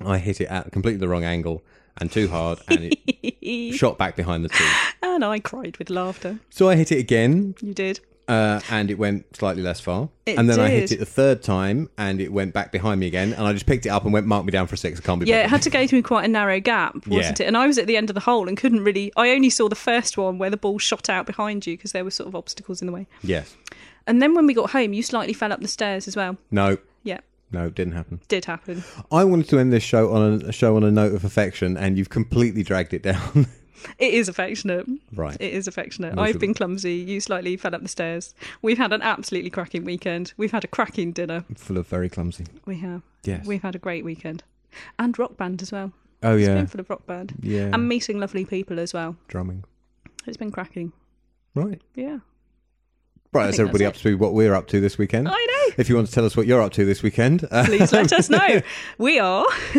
S2: I hit it at completely the wrong angle and too hard, and
S1: (laughs)
S2: it shot back behind the tee.
S1: and I cried with laughter.
S2: So I hit it again,
S1: You did.
S2: uh, and it went slightly less far.
S1: It
S2: and then I hit
S1: did.
S2: it the third time, and it went back behind me again. And I just picked it up and went, "Mark me down for a six. I can't be."
S1: Yeah, it
S2: bothered."
S1: had to go through quite a narrow gap, wasn't
S2: Yeah.
S1: it? And I was at the end of the hole and couldn't really. I only saw the first one where the ball shot out behind you because there were sort of obstacles in the way.
S2: (laughs) yes.
S1: And then when we got home, you slightly fell up the stairs as well.
S2: No.
S1: Yeah,
S2: No, it didn't happen.
S1: did happen.
S2: I wanted to end this show on a show on a note of affection, and you've completely dragged it down. (laughs)
S1: It is affectionate.
S2: right.
S1: It is affectionate.
S2: Most
S1: I've
S2: of
S1: been clumsy. You slightly fell up the stairs. We've had an absolutely cracking weekend. We've had a cracking dinner.
S2: Full of very clumsy.
S1: We have.
S2: Yes.
S1: We've had a great weekend. And rock band as well.
S2: Oh
S1: It's
S2: yeah,
S1: been full of rock band.
S2: yeah.
S1: And meeting lovely people as well.
S2: drumming.
S1: It's been cracking.
S2: Right,
S1: Yeah.
S2: right. That's
S1: think
S2: everybody
S1: that's
S2: up to what we're up to this weekend.
S1: I know.
S2: If you want to tell us what you're up to this weekend, uh,
S1: Please let us
S2: (laughs)
S1: know. We are (laughs)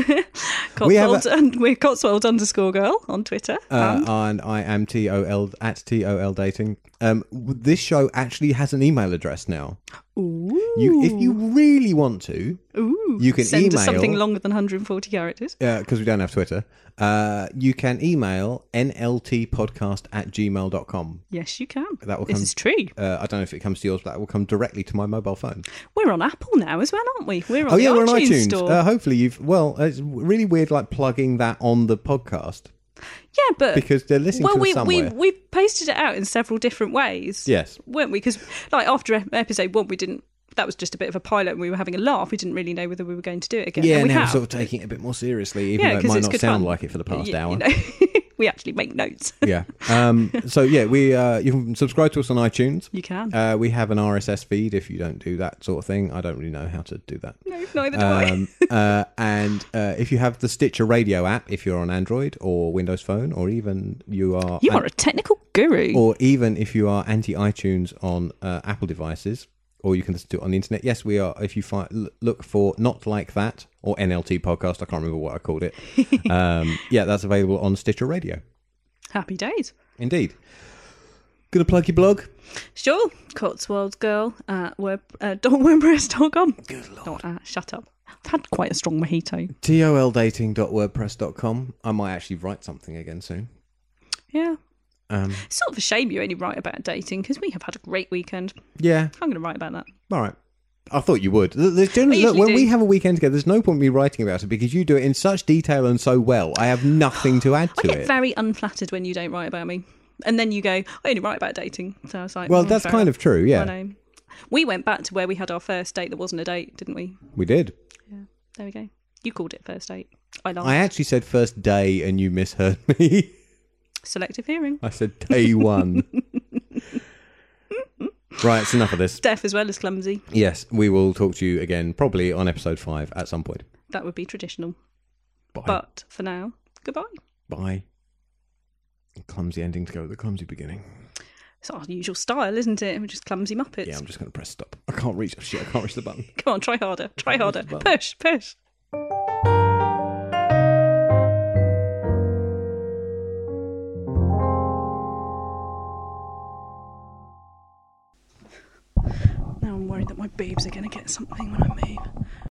S2: We have
S1: Cotswold, and we're Cotswold underscore girl on Twitter.
S2: uh, and I am tol at tol dating. Um, w- this show actually has an email address now.
S1: Ooh,
S2: You, if you really want to,
S1: ooh.
S2: you can
S1: send
S2: email
S1: us something longer than 140 characters.
S2: because we don't have Twitter. Uh, you can email nltpodcast at gmail.com.
S1: Yes, you can.
S2: That will
S1: This
S2: come-
S1: is true.
S2: Uh, I don't know if it comes to yours, but that will come directly to my mobile phone.
S1: We're on Apple now as well, aren't we? We're on
S2: Oh
S1: the
S2: yeah,
S1: iTunes,
S2: we're on iTunes.
S1: store.
S2: Uh, hopefully you've well, it's really weird like plugging that on the podcast
S1: yeah, but
S2: because they're listening
S1: well,
S2: to us
S1: we we
S2: somewhere.
S1: we posted it out in several different ways.
S2: Yes.
S1: weren't we? Because like after ep- episode one, we didn't. That was just a bit of a pilot, and we were having a laugh. We didn't really know whether we were going to do it again.
S2: Yeah,
S1: and we
S2: now
S1: have.
S2: sort of taking it a bit more seriously, even
S1: Yeah,
S2: though it
S1: 'cause
S2: might
S1: it's
S2: not
S1: good
S2: sound
S1: fun.
S2: like it for the past
S1: Y-
S2: hour.
S1: you know, (laughs) we actually make notes. (laughs)
S2: yeah. Um, (laughs) so yeah, we uh, you can subscribe to us on iTunes.
S1: You can.
S2: Uh, we have an RSS feed. If you don't do that sort of thing, I don't really know how to do that.
S1: no, neither do I.
S2: Um, uh, and uh, if you have the Stitcher Radio app, if you're on Android or Windows Phone, or even you are
S1: You are a technical guru.
S2: or even if you are anti iTunes on uh, Apple devices, or you can listen to it on the internet. Yes, we are. If you find, l- look for Not Like That or NLT podcast, I can't remember what I
S1: (laughs)
S2: called it. um, yeah, that's available on Stitcher Radio.
S1: Happy days.
S2: Indeed. Gonna plug your blog.
S1: Sure. Cotswolds girl at word, uh, (laughs) dot wordpress.com. Good lord. Not at, shut up. I've had quite a strong mojito.
S2: toldating.wordpress.com. I might actually write something again soon.
S1: Yeah.
S2: Um,
S1: It's sort of a shame you only write about dating because we have had a great weekend.
S2: yeah,
S1: I'm going to write about that.
S2: all right. I thought you would. Th- There's generally,
S1: I
S2: look, when
S1: usually
S2: we
S1: do.
S2: have a weekend together, there's no point me writing about it because you do it in such detail and so well. I have nothing to add
S1: I
S2: to
S1: get
S2: it.
S1: very unflattered when you don't write about me. And then you go, I only write about dating. So I was like,
S2: well,
S1: mm,
S2: that's
S1: fair
S2: kind
S1: enough.
S2: of true.
S1: I
S2: Yeah,
S1: know. We went back to where we had our first date that wasn't a date, didn't we?
S2: we did.
S1: There we go. You called it first date. I laughed.
S2: I actually said first day, and you misheard (laughs) me.
S1: Selective hearing.
S2: I said day one. right, it's enough of this.
S1: Deaf as well as clumsy.
S2: Yes, we will talk to you again probably on episode five at some point.
S1: That would be traditional.
S2: Bye.
S1: But for now, goodbye.
S2: Bye. Clumsy ending to go with the clumsy beginning.
S1: It's our usual style, isn't it? We're just clumsy muppets.
S2: Yeah, I'm just going to press stop. I can't reach. Shit, I can't reach the button.
S1: Come on, try harder. Try harder.
S2: the button.
S1: Push, push. Now I'm worried that my boobs are going to get something when I move.